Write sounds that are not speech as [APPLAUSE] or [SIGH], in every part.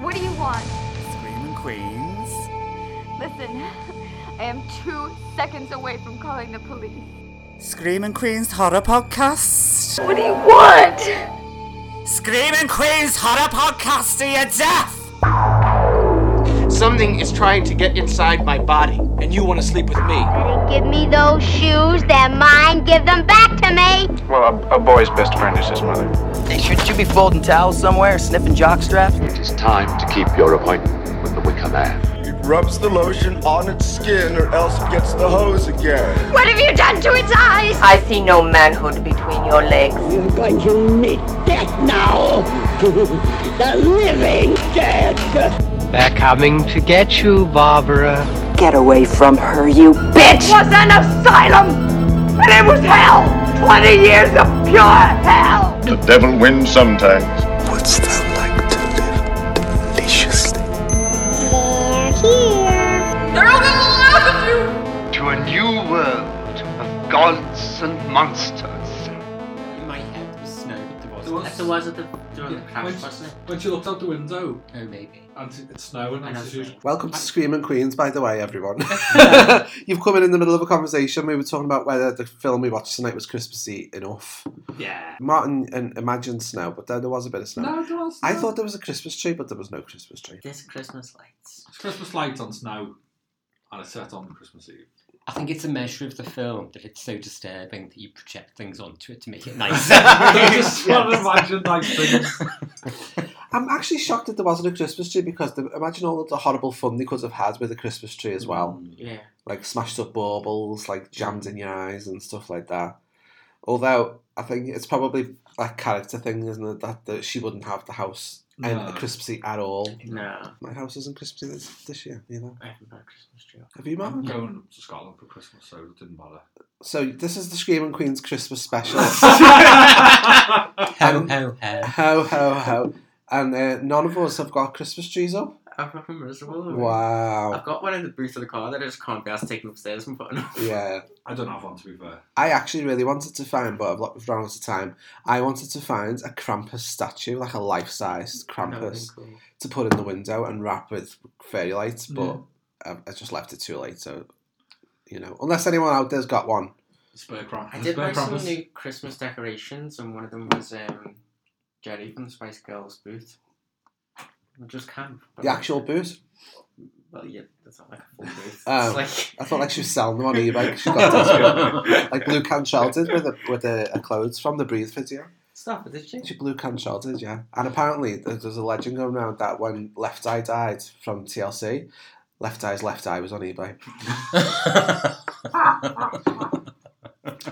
What do you want? Screaming Queens. Listen, [LAUGHS] I am two seconds away from calling the police. Screaming Queens Horror Podcast. What do you want? Screaming Queens Horror Podcast to your death! Something is trying to get inside my body, and you want to sleep with me. Give me those shoes, they're mine. Give them back to me. Well, a, a boy's best friend is his mother. Should you be folding towels somewhere, sniffing jock straps? It is time to keep your appointment with the Wicker Man. It rubs the lotion on its skin or else it gets the hose again. What have you done to its eyes? I see no manhood between your legs. You're going to meet death now. the living dead. They're coming to get you, Barbara. Get away from her, you bitch! It was an asylum, and it was hell. Twenty years of pure hell. The devil wins sometimes. What's that like to live deliciously? They're here. They're all gonna laugh at you. To a new world of gods and monsters. In my head was snow. There There was, there was at the, during the crash, when, wasn't it? when she looked out the window Oh, maybe. and it's snowing, and I she's know. just- Welcome to Screaming Queens, by the way, [LAUGHS] everyone. [LAUGHS] You've come in in the middle of a conversation. We were talking about whether the film we watched tonight was Christmassy enough. yeah. Martin and imagined snow, but then there was a bit of snow. No, there was. I no. thought there was a Christmas tree, but there was no Christmas tree. This Christmas lights. It's Christmas lights on snow, and it's set on [LAUGHS] Christmas Eve. I think it's a measure of the film that it's so disturbing that you project things onto it to make it [LAUGHS] nice. I just want to imagine nice things. I'm actually shocked that there wasn't a Christmas tree because the, imagine all of the horrible fun they could have had with a Christmas tree as well. Mm. Yeah. Like smashed up baubles, like jammed in your eyes and stuff like that. Although, I think it's probably a character thing, isn't it? That, that she wouldn't have the house and No. a Christmassy at all. No. My house isn't Christmassy this, this year, you know. I haven't got a Christmas tree. up. Have you, Mark? I'm going to Scotland for Christmas, so it [LAUGHS] didn't bother. So this is the Screaming Queen's Christmas [LAUGHS] [LAUGHS] special. ho, ho, ho. ho ho ho! And uh, none of us have got Christmas trees up. I'm fucking miserable. already. Wow. I've got one in the boot of the car that I just can't be asked taking upstairs and putting up. Yeah, I don't have one, to be fair. I actually really wanted to find, but I've lo- we've run out of time. I wanted to find a Krampus statue, like a life-sized Krampus, to put in the window and wrap with fairy lights. But um, I just left it too late. So, you know, unless anyone out there's got one, Spare cramp. I did spare buy some crampers. new Christmas decorations, and one of them was um, Jerry from the Spice Girls booth. I just can't. the actual booth. Well, yeah, that's not like a full booth. Oh. It's [LAUGHS] like. I thought like she was selling them on [LAUGHS] eBay. [LAUGHS] 'cause She got desperate. like Blue Cantrell did with a, with a, a clothes from the Breathe video. Stop it, did you? She blew can shelters, yeah. And apparently, there- there's a legend going around that when Left Eye died from TLC, Left Eye's Left Eye was on eBay.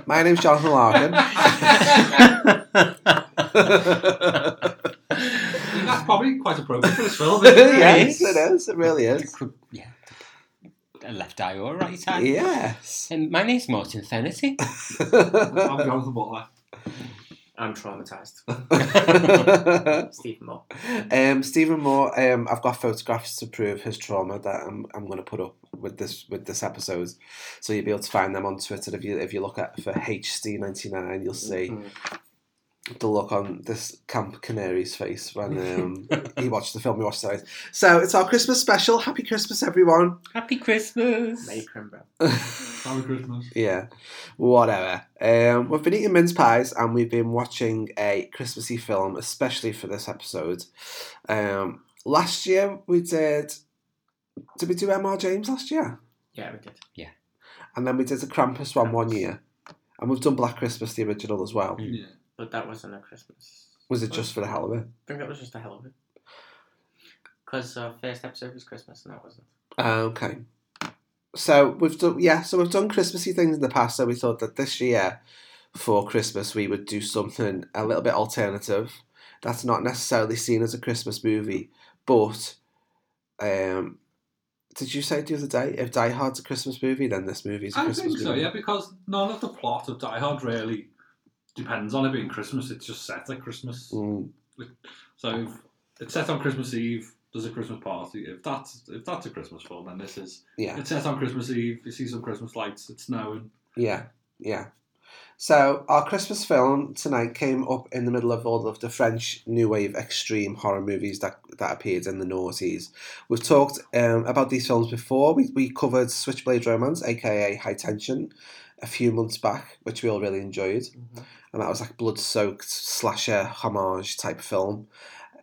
My name's Jonathan [LAUGHS] Larkin. I think that's probably quite appropriate for [LAUGHS] this film. isn't it? yes, it is. It really is. yeah. A left eye or a right eye. Yes. And my name's Martin Fennerty. I'm Jonathan Butler. I'm traumatized. [LAUGHS] Steve Moore. um, Stephen Moore, um, I've got photographs to prove his trauma that I'm, I'm going to put up with this with this episode, so you'll be able to find them on Twitter if you if you look at for HC99, you'll see the look on this Camp Canary's face when um, he watched the film we watched tonight. So it's our Christmas special. Happy Christmas, everyone. Happy Christmas. May Crimbo. [LAUGHS] Merry Christmas. Yeah, whatever. Um, we've been eating mince pies and we've been watching a Christmassy film, especially for this episode. Um, last year we did. Did we do M.R. James last year? Yeah, we did. And then we did the Krampus one one year. And we've done Black Christmas, the original as well. Yeah. But that wasn't a Christmas. Was it just for the hell of it? I think that was just a hell of it. Because our first episode was Christmas, and that wasn't. Uh, okay. So we've done yeah, so we've done Christmassy things in the past, so we thought that this year for Christmas we would do something a little bit alternative. That's not necessarily seen as a Christmas movie, but um did you say the other day if Die Hard's a Christmas movie, then this movie's a I Christmas think so, movie? yeah, because none of the plot of Die Hard really depends on it being Christmas. It's just set at Christmas. Mm, So if it's set on Christmas Eve. There's a Christmas party. If that's if that's a Christmas film, then this is. yeah, It's set on Christmas Eve. You see some Christmas lights. It's snowing. yeah, yeah. So our Christmas film tonight came up in the middle of all of the French new wave extreme horror movies that, that appeared in the noughties. We've talked um, about these films before. We, we covered Switchblade Romance, aka High Tension, a few months back, which we all really enjoyed, mm-hmm. and that was like blood-soaked slasher homage type film.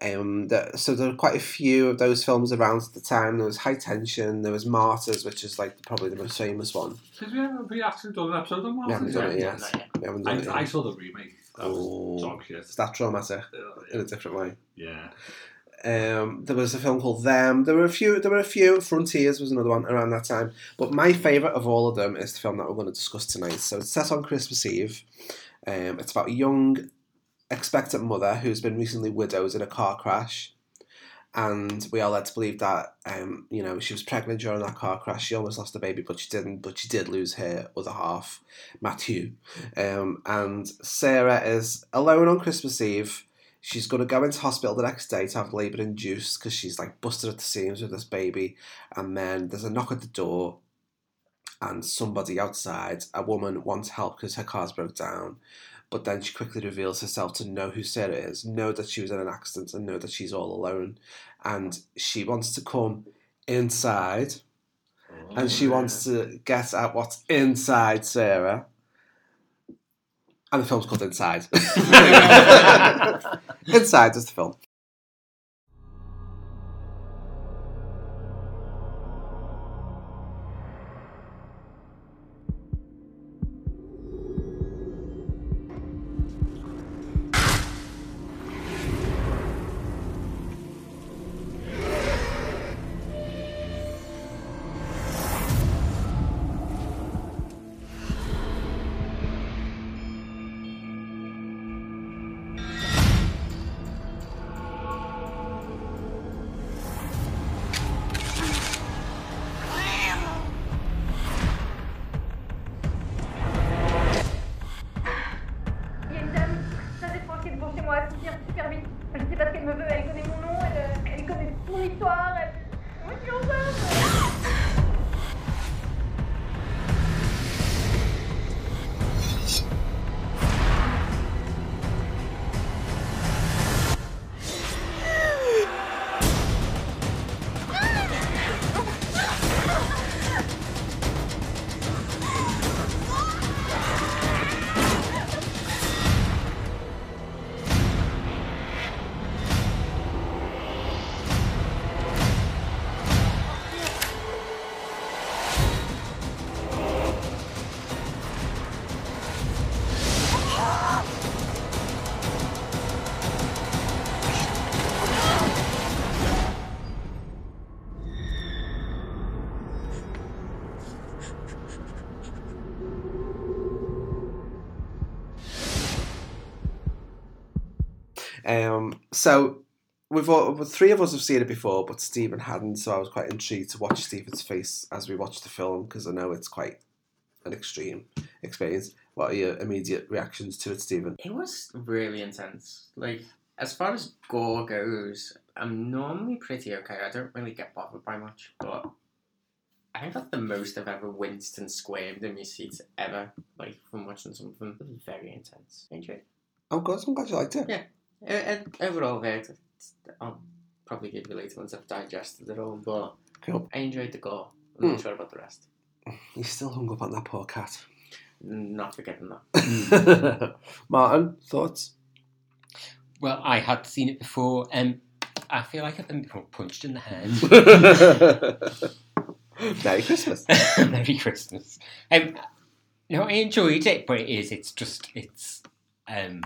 Um, that, so there were quite a few of those films around at the time. There was High Tension, there was Martyrs, which is like probably the most famous one. Did we ever we actually done an episode on We haven't Martyrs? done it yet. We haven't done I, it yet. I saw the remake. That Oh, was dog shit. It's that traumatic in a different way. Yeah. Um, there was a film called Them. There were a few. There were a few. Frontiers was another one around that time. But my favourite of all of them is the film that we're going to discuss tonight. So it's set on Christmas Eve. Um, it's about a young expectant mother who's been recently widowed in a car crash, and we are led to believe that um, you know she was pregnant during that car crash. She almost lost the baby, but she didn't. But she did lose her other half, Matthew. Um, and Sarah is alone on Christmas Eve. She's going to go into hospital the next day to have labour induced because she's like busted at the seams with this baby. And then there's a knock at the door, and somebody outside, a woman, wants help because her car's broke down. But then she quickly reveals herself to know who Sarah is, know that she was in an accident, and know that she's all alone. And she wants to come inside, and she wants to get at what's inside Sarah. And the film's called Inside. Inside is the film. Il y a une dame très étrange qui est devant chez moi, elle soupire super vite. Je sais pas ce qu'elle me veut, elle connaît mon nom, elle, euh, elle connaît mon histoire, elle. Moi, je suis enceinte Um, so we've all well, three of us have seen it before, but Stephen hadn't. So I was quite intrigued to watch Stephen's face as we watched the film because I know it's quite an extreme experience. What are your immediate reactions to it, Stephen? It was really intense. Like, as far as gore goes, I'm normally pretty okay. I don't really get bothered by much, but I think that's the most I've ever winced and squirmed in my seat ever, like, from watching something. It was very intense. Enjoy it. Oh, good. I'm glad you liked it. Yeah. And overall, there, it's- I'll probably give you later once I've digested it all, but Cool. I enjoyed the gore. I'm not Hmm. sure about the rest. You still hung up on that poor cat, Not forgetting that. Hmm. [LAUGHS] Martin. [LAUGHS] Thoughts? Well, I had seen it before, and I feel like I've been punched in the head. Merry Christmas. Merry Christmas. Um, no, I enjoyed it, but it is. It's just. It's. Um,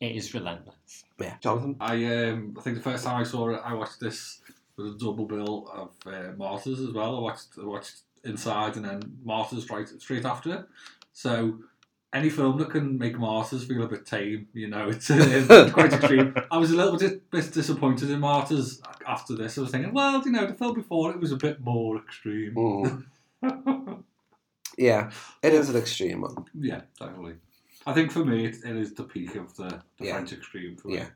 it is relentless. Yeah, Jonathan. I um, I think the first time I saw it, I watched this with a double bill of uh, Martyrs as well. I watched I watched Inside and then Martyrs right straight after. it. So any film that can make Martyrs feel a bit tame, you know, [LAUGHS] it's, uh, it's quite extreme. I was a little bit, bit disappointed in Martyrs after this. I was thinking, well, you know, the film before it was a bit more extreme. Mm. Yeah, it is an extreme one. [LAUGHS] Yeah, definitely. I think for me, it, it is the peak of the, the French extreme for me. Yeah.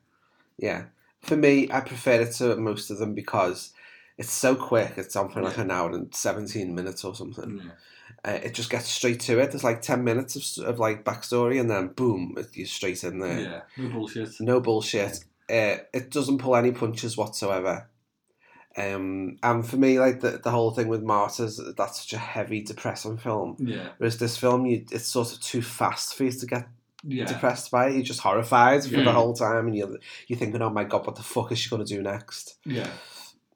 Yeah. For me, I prefer it to most of them because it's so quick. It's on for like an hour and 17 minutes or something. Uh, it just gets straight to it. There's like ten minutes of, s- of like backstory, and then boom, it- you're straight in there. Yeah, no bullshit. No bullshit. Uh, it doesn't pull any punches whatsoever. Um, and for me, like the, the whole thing with Martyrs, that's such a heavy, depressing film. Yeah. Whereas this film, you it's sort of too fast for you to get Yeah. depressed by it. You're just horrified for Yeah. the whole time, and you're you're thinking, "Oh my god, what the fuck is she gonna do next?" Yeah.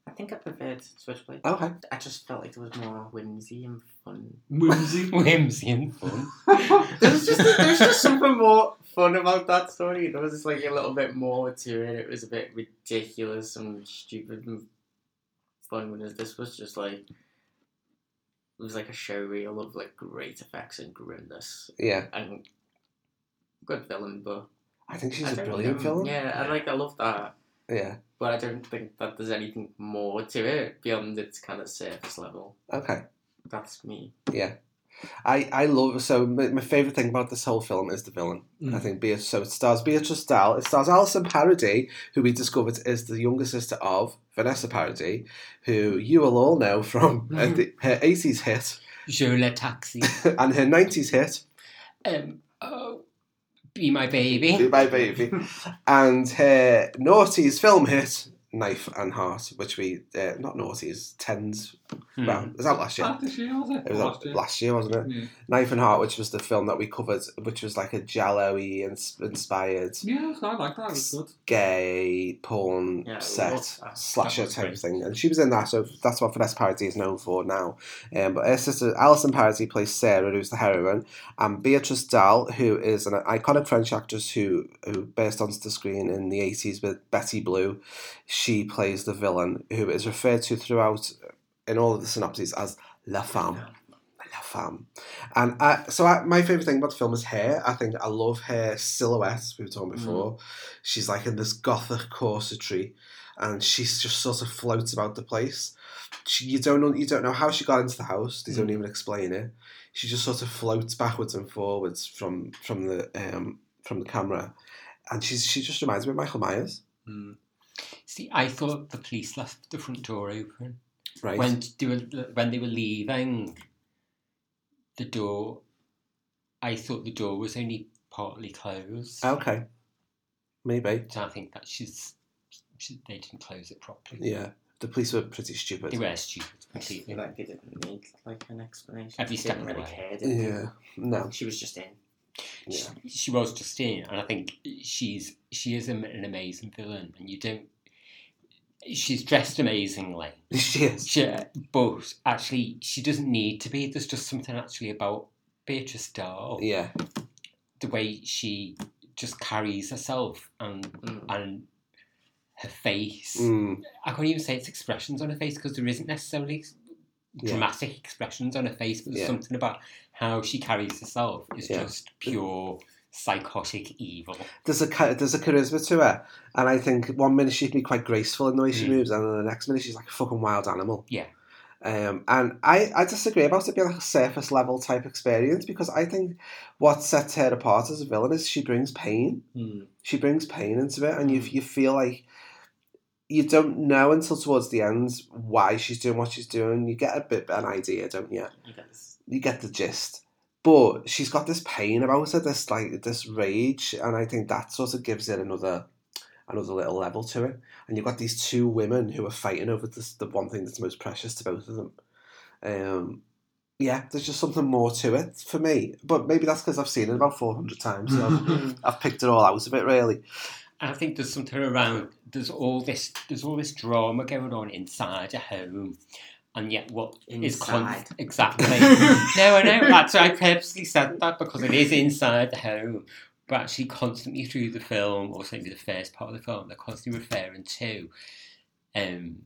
I think I preferred Switchblade. Okay. I just felt like there was more whimsy and fun. [LAUGHS] Whimsy. [LAUGHS] Whimsy and fun. there's just there's just something more fun about that story. There was just like a little bit more to it. It was a bit ridiculous and stupid and fun. Whereas this was just like it was like a show reel of like great effects and grimness. Yeah. and good villain, but I think she's a a brilliant um, villain. Yeah, I like I love that. Yeah. But I don't think that there's anything more to it beyond its kind of surface level. Okay. That's me. Yeah. I, I love so my, my favorite thing about this whole film is the villain. Mm. I think Beatrice so it stars Beatrice Dahl. It stars Alison Parody, who we discovered is the younger sister of Vanessa Parody, who you will all know from uh, the, her eighties hit Je le taxi [LAUGHS] and her nineties hit Um, oh, be my baby. Be My Baby, and her noughties film hit Knife and Heart, which we uh, not noughties tens. Hmm. Well, it was that last year? Ah, this year, was it? It was Last last, year. year. last year, wasn't it? Yeah. Knife and Heart, which was the film that we covered, which was like a Jello-y ins- inspired, Yeah, so I like that. It was good. gay porn Yeah, I set love that. slasher That was type great. thing, and she was in that. So that's what Vanessa Paradis is known for now. Um, but her sister Alison Paradis plays Sarah, who's the heroine, and Beatrice Dahl, who is an iconic French actress who who burst onto the screen in the eighties with Betty Blue. She plays the villain, who is referred to throughout in all of the synopses as La Femme. La Femme. And I, so I, my favourite thing about the film is hair. I think I love her silhouette, we were Mm. talking before. She's like in this gothic corsetry and she's just sort of floats about the place. She, you don't know you don't know how she got into the house. They don't Mm. even explain it. She just sort of floats backwards and forwards from from the um, from the camera. And she's she just reminds me of Michael Myers. Mm. See, I thought the police left the front door open. Right. When they were when they were leaving, the door. I thought the door was only partly closed. Okay. Maybe. So I think that she's she, they didn't close it properly. Yeah. The police were pretty stupid. They were stupid. Completely. Like they didn't need like an explanation. Every They step didn't of the really way. care, did they? Yeah. No. She was just in. She, she was just in, and I think she's she is am- an amazing villain, and you don't. She's dressed amazingly. [LAUGHS] She is. Yeah, but actually, she doesn't need to be. There's just something actually about Beatrice Dahl. Yeah. The way she just carries herself and Mm. and her face. Mm. I can't even say it's expressions on her face because there isn't necessarily ex- Yeah. dramatic expressions on her face, but there's Yeah. something about how she carries herself is Yeah. just pure psychotic evil. there's a cha- there's a charisma to her, and I think one minute she can be quite graceful in the way she moves, and then the next minute she's like a fucking wild animal. Yeah. Um, and I, I disagree about it being like a surface level type experience because I think what sets her apart as a villain is she brings pain. Hmm. [LAUGHS] She brings pain into it, and you you feel like you don't know until towards the end why she's doing what she's doing. You get a bit of an idea, don't you? you get the gist. But she's got this pain about her, this like this rage, and I think that sort of gives it another another little level to it. And you've got these two women who are fighting over this the one thing that's most precious to both of them. Um yeah, there's just something more to it for me. But maybe that's because I've seen it about 400 times. [LAUGHS] So I've, I've picked it all out of it, really. I think there's something around. There's all this. There's all this drama going on inside a home, and yet what is Inside. [LAUGHS] exactly? no, I know. That's why I purposely said that because it is inside the home. But actually, constantly through the film, or certainly the first part of the film, they're constantly referring to um,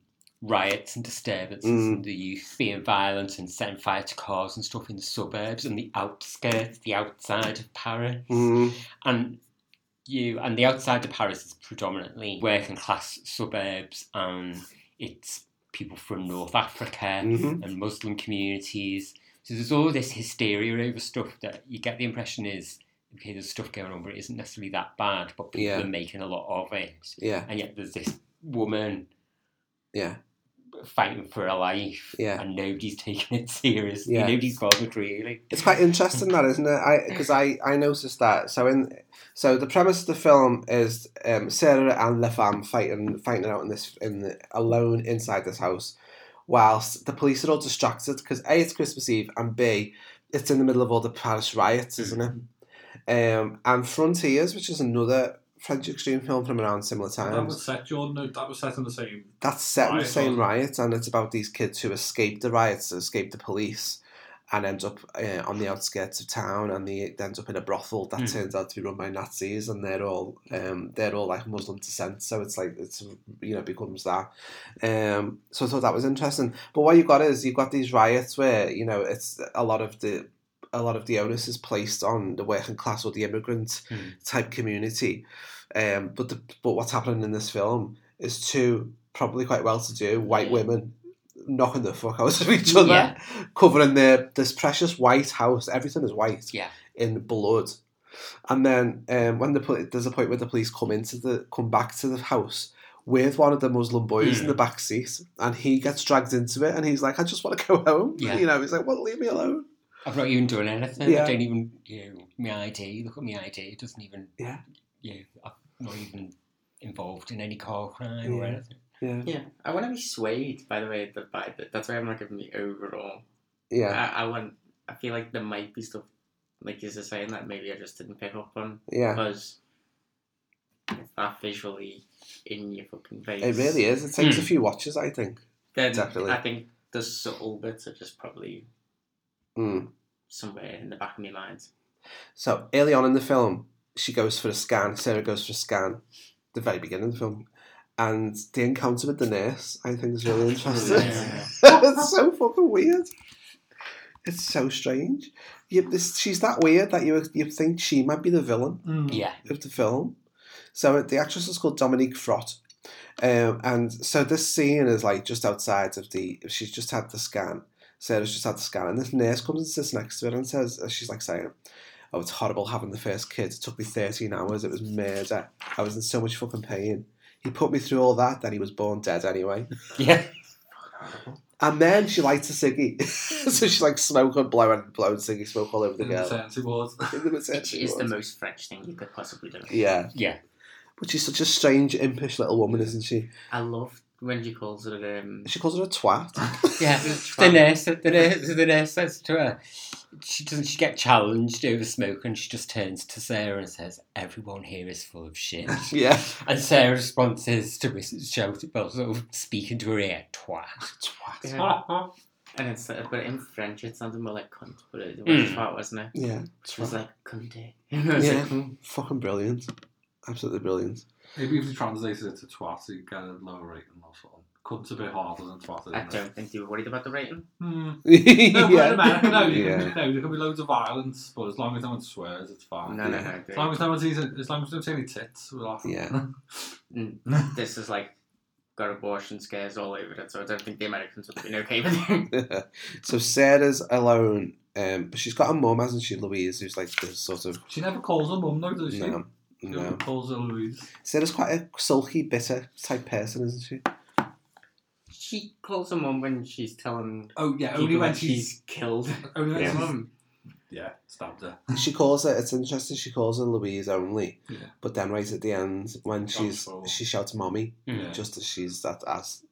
riots and disturbances Mm. and the youth being violent and setting fire to cars and stuff in the suburbs and the outskirts, the outside of Paris. Mm. And you and the outside of Paris is predominantly working class suburbs and it's people from North Africa Mhm. and Muslim communities. So there's all this hysteria over stuff that you get the impression is okay, there's stuff going on, but it isn't necessarily that bad, but people Yeah. are making a lot of it. Yeah. And yet there's this woman Yeah. fighting for a life, Yeah. and nobody's [LAUGHS] taking it seriously. Yeah. Nobody's bothered really. It's quite interesting, that isn't it? I because I, I noticed that. So in so the premise of the film is um, Sarah and LaFam fighting fighting out in this in the, alone inside this house, whilst the police are all distracted because a it's Christmas Eve and b it's in the middle of all the Paris riots, isn't it? Um, and Frontiers, which is another French extreme film from around similar That was times. set, Jordan. That was set in the same. That's set in the Riot, same wasn't it? riots, and it's about these kids who escape the riots, escape the police, and end up uh, on the outskirts of town, and they, they end up in a brothel that Mm. turns out to be run by Nazis, and they're all um, they're all like Muslim descent, so it's like it's you know becomes that. Um, so I thought that was interesting. But what you've got is you've got these riots where you know it's a lot of the a lot of the onus is placed on the working class or the immigrant type community. Um, but the, but what's happening in this film is two probably quite well to do white women knocking the fuck out of each Mm. other, Yeah. covering their this precious white house. Everything is white. Yeah. In blood. And then um, when the poli- there's a point where the police come into the come back to the house with one of the Muslim boys Mm. in the back seat, and he gets dragged into it, and he's like, "I just want to go home." Yeah. You know, he's like, "Well, leave me alone." I've not even done anything. Yeah. I don't even, you know, my ID. Look at my ID. It doesn't even. Yeah. You know, I'm not even involved in any car crime or Yeah. anything. Yeah. Yeah, I want to be swayed by the way the by the, that's why I'm not giving the overall. Yeah. I, I want. I feel like there might be stuff like you're just saying that maybe I just didn't pick up on. Yeah. Because it's not visually in your fucking face. It really is. It takes a few watches, I think. Hmm. Then Definitely. I think the subtle bits are just probably Mm. somewhere in the back of my mind. So early on in the film, she goes for a scan. Sarah goes for a scan. The very beginning of the film, and the encounter with the nurse, I think, is really [LAUGHS] interesting. [LAUGHS] it's so fucking weird. It's so strange. You, this, she's that weird that you you think she might be the villain. Mm. [LAUGHS] Yeah. of the film. So the actress is called Dominique Frott. Um, and so this scene is like just outside of the. She's just had the scan. Sarah's just had the scan, and this nurse comes and sits next to her and says, uh, "She's like saying, oh, it's horrible having the first kid. It took me thirteen hours. It was murder. I was in so much fucking pain. He put me through all that. Then he was born dead anyway. Yeah. And then she lights a ciggy, [LAUGHS] so she's like smoking, blowing, blowing ciggy smoke all over the In the girl. maternity ward. In the maternity It's the ward. most French thing you could possibly do. Yeah. Yeah. But she's such a strange, impish little woman, isn't she? I love when she calls it um She calls her a twat. [LAUGHS] Yeah, the nurse, the nurse, the nurse says to her, she doesn't. She get challenged over smoke, and she just turns to Sarah and says, "Everyone here is full of shit." [LAUGHS] Yeah. and Sarah's response is to whistle- shout about sort of speaking to her ear, "Twat, Yeah. and it's uh, but in French it sounded more like cunt, but it was Mm. twat, wasn't it? Yeah, It was like [LAUGHS] cunt. yeah. Fucking brilliant. Absolutely brilliant. [LAUGHS] Maybe if you translated it to twat, you'd get a lower rating or something. Cunt's a bit harder than twat, isn't I it? don't think you were worried about the rating. [LAUGHS] Mm. Yeah. No, but in America, no, you Yeah. can, no, there can be loads of violence, but as long as no one swears, it's fine. No, no, no, As long as no one sees it, as long as no one sees any tits, we're laughing. Yeah. Mm, this is like got abortion scares all over it, so I don't think the Americans would have been okay with it. [LAUGHS] [LAUGHS] so Sarah's alone, um, but she's got a mum, hasn't she, Louise, who's like the sort of [LAUGHS] She never calls her mum, though, does she? No, She no. never calls her Louise. Sarah's quite a sulky, bitter type person, isn't she? She calls her mum when she's telling. Oh, yeah, people only when that she's [LAUGHS] killed. Only when yeah. she's- mum. Yeah, stabbed her. [LAUGHS] She calls her. It's interesting. She calls her Louise only, Yeah. but then right at the end when she's Unfold. she shouts "mommy" Yeah. just as she's that as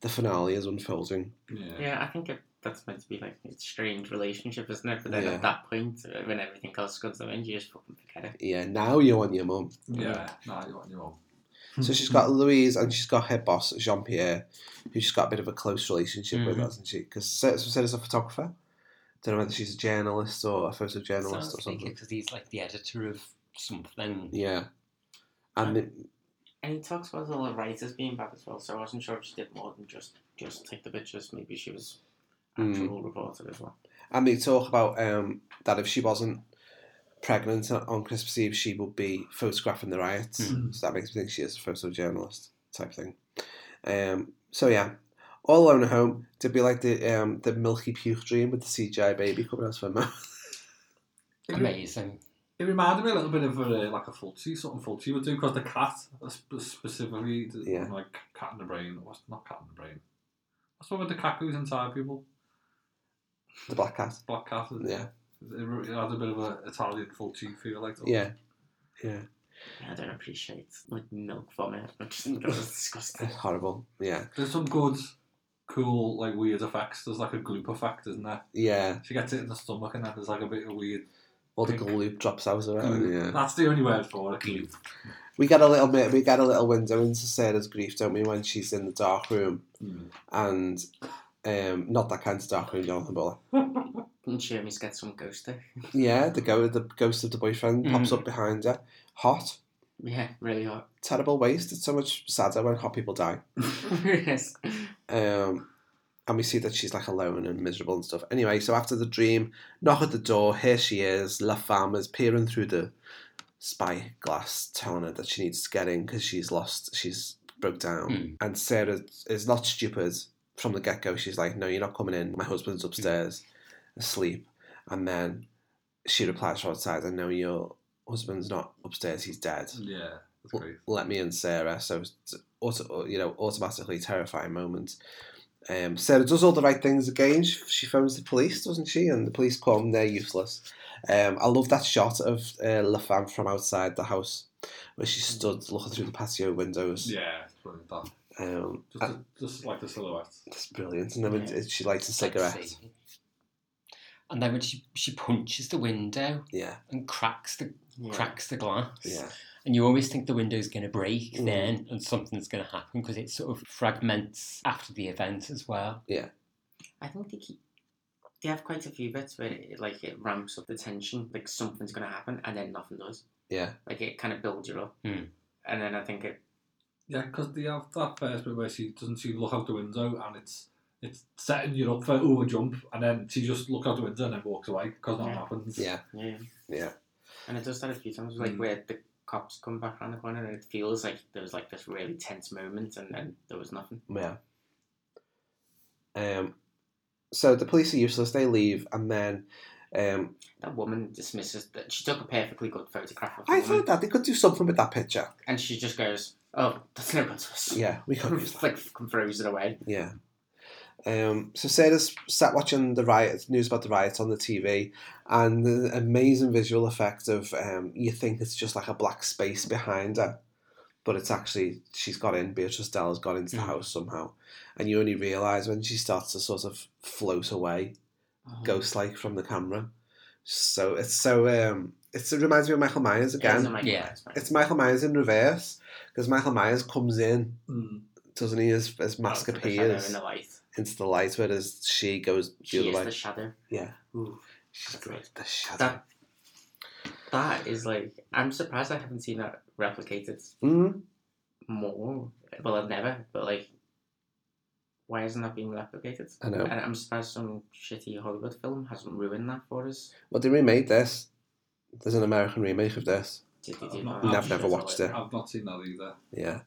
the finale is unfolding. Yeah. Yeah, I think it, that's meant to be like a strange relationship, isn't it? But then Yeah. at that point, uh, when everything else comes to an end, you just fucking forget it. Yeah, now you're on your mum. Yeah, no, you want your mum. Hmm. So she's got Louise and she's got her boss Jean Pierre, who she's got a bit of a close relationship with, Mhm. hasn't she? Because Sarah's a photographer. Don't know whether she's a journalist or a photojournalist or something. because he's like the editor of something. Yeah, and it, And he talks about all the writers being back as well, so I wasn't sure if she did more than just just take the pictures. Maybe she was Mm. actual reporter as well. and they talk about um, that if she wasn't pregnant on Christmas Eve, she would be photographing the riots. Mhm. So that makes me think she is a photojournalist type thing. Um, so yeah, all alone at home. To be like the um, the Milky Puke dream with the CGI baby coming out of her mouth. [LAUGHS] Amazing. It reminded me a little bit of a, uh, like a Fulci, something Fulci would do, because the cat, sp- specifically, the- Yeah. like Cat in the Brain, what's not Cat in the Brain? That's what with the cat goes inside people. The black cat. Black cat. Is, Yeah. It, it has a bit of an Italian Fulci feel, like. doesn't it? Yeah. Yeah. I don't appreciate like milk vomit. I just think that's [LAUGHS] disgusting. It's horrible. Yeah. There's some good, cool, like weird effects. There's like a gloop effect, isn't there? Yeah. She gets it in the stomach, and then there's like a bit of weird. All the gloop drops out of it. Yeah. That's the only word for it. Gloop. we get a little bit we get a little window into Sarah's grief, don't we, when she's in the dark room Mm, and um not that kind of dark room, Jonathan Buller. And Jeremy's got some ghost there. Yeah, the go the ghost of the boyfriend pops Mhm. up behind her. Hot. Yeah, really hot. [LAUGHS] Terrible waste. It's so much sadder when hot people die. yes. Um and we see that she's like alone and miserable and stuff. Anyway, so after the dream, knock at the door, here she is, La Femme is peering through the spy glass, telling her that she needs to get in because she's lost, she's broke down. And Sarah is not stupid from the get go. She's like, No, you're not coming in. My husband's upstairs asleep. And then she replies from outside, I know your husband's not upstairs, he's dead. Yeah. That's L- great. let me in Sarah. So it's auto, you know, automatically terrifying moment. Um, Sarah does all the right things again. She, she phones the police, doesn't she? And the police come. They're useless. Um, I love that shot of uh, La Femme from outside the house, where she stood looking through the patio windows. Yeah, it's brilliant. That. Um, Just, the- just like the silhouette. that's brilliant. And then when Yeah. she lights a cigarette. Sexy. And then when she, she punches the window Yeah. and cracks the Yeah. cracks the glass. Yeah. And you always think the window's going to break Mm. then and something's going to happen because it sort of fragments after the event as well. Yeah. I think they keep. They have quite a few bits where it, like it ramps up the tension, like something's gonna happen, and then nothing does. Yeah. Like it kind of builds you up, Hmm. and then I think it. Yeah, because they have that first bit where she doesn't she look out the window and it's it's setting you up for oh a jump and then she just look out the window and then walks away because nothing Yeah. happens. Yeah. Yeah. Yeah. And it does that a few times, like Mm. where the cops come back around the corner, and it feels like there was like this really tense moment, and then there was nothing. Yeah. Um, so the police are useless. They leave, and then um, That woman dismisses that she took a perfectly good photograph of. The I woman, thought that they could do something with that picture. and she just goes, "Oh, that's no good to us." [LAUGHS] Yeah, we can't use like fucking throws it away. Yeah. Um, so Sarah's sat watching the riot news about the riots on the TV, and the amazing visual effect of um, you think it's just like a black space behind her, but it's actually she's got in. Beatrice Dell has got into the Mm. Mhm. house somehow, and you only realise when she starts to sort of float away, Oh. ghost like from the camera. So it's so um, it's, it reminds me of Michael Myers It again. doesn't make Yeah. sense, right? it's Michael Myers in reverse because Michael Myers comes in, Mm. doesn't he? As as mask Oh, the shadow appears and the light. into the light, whereas she goes the She other is way. the shadow. yeah, Ooh, she's that's the, right. the shadow. That that is like I'm surprised I haven't seen that replicated Mhm. more. Well, I've never, but like, why isn't that being replicated? I know. And I'm surprised some shitty Hollywood film hasn't ruined that for us. Well, they remade this. There's an American remake of this. Did they do I've not- that? No, I've never watched it. I've not seen that either. Yeah,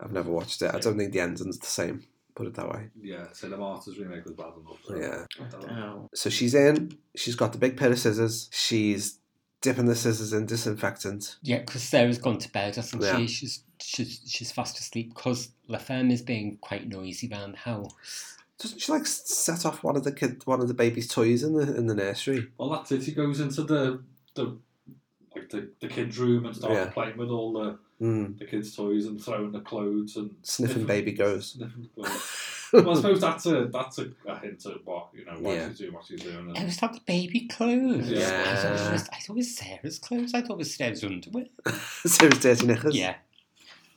I've never watched it. I don't think the ending's the same. Put it that way. Yeah, so the Martyrs remake was bad enough. So. Yeah. I don't know. So she's in. She's got the big pair of scissors. She's dipping the scissors in disinfectant. Yeah, because Sarah's gone to bed, hasn't Yeah. she? She's, she's, she's fast asleep because La Femme is being quite noisy round the house. Doesn't she like s- set off one of the kid, one of the baby's toys in the in the nursery? Well, that's it. She goes into the the like the, the kids' room and starts Yeah. playing with all the Mm. the kids' toys and throwing the clothes and Sniffing baby goes. [LAUGHS] Sniffing the clothes. well, I suppose that's a that's a, a hint at what you know why Yeah. she's doing what she's doing. and- It was like the baby clothes. I thought it Yeah. was, I thought it was Sarah's clothes. I thought it was Sarah's underwear. [LAUGHS] so it's dirty knickers. Yeah.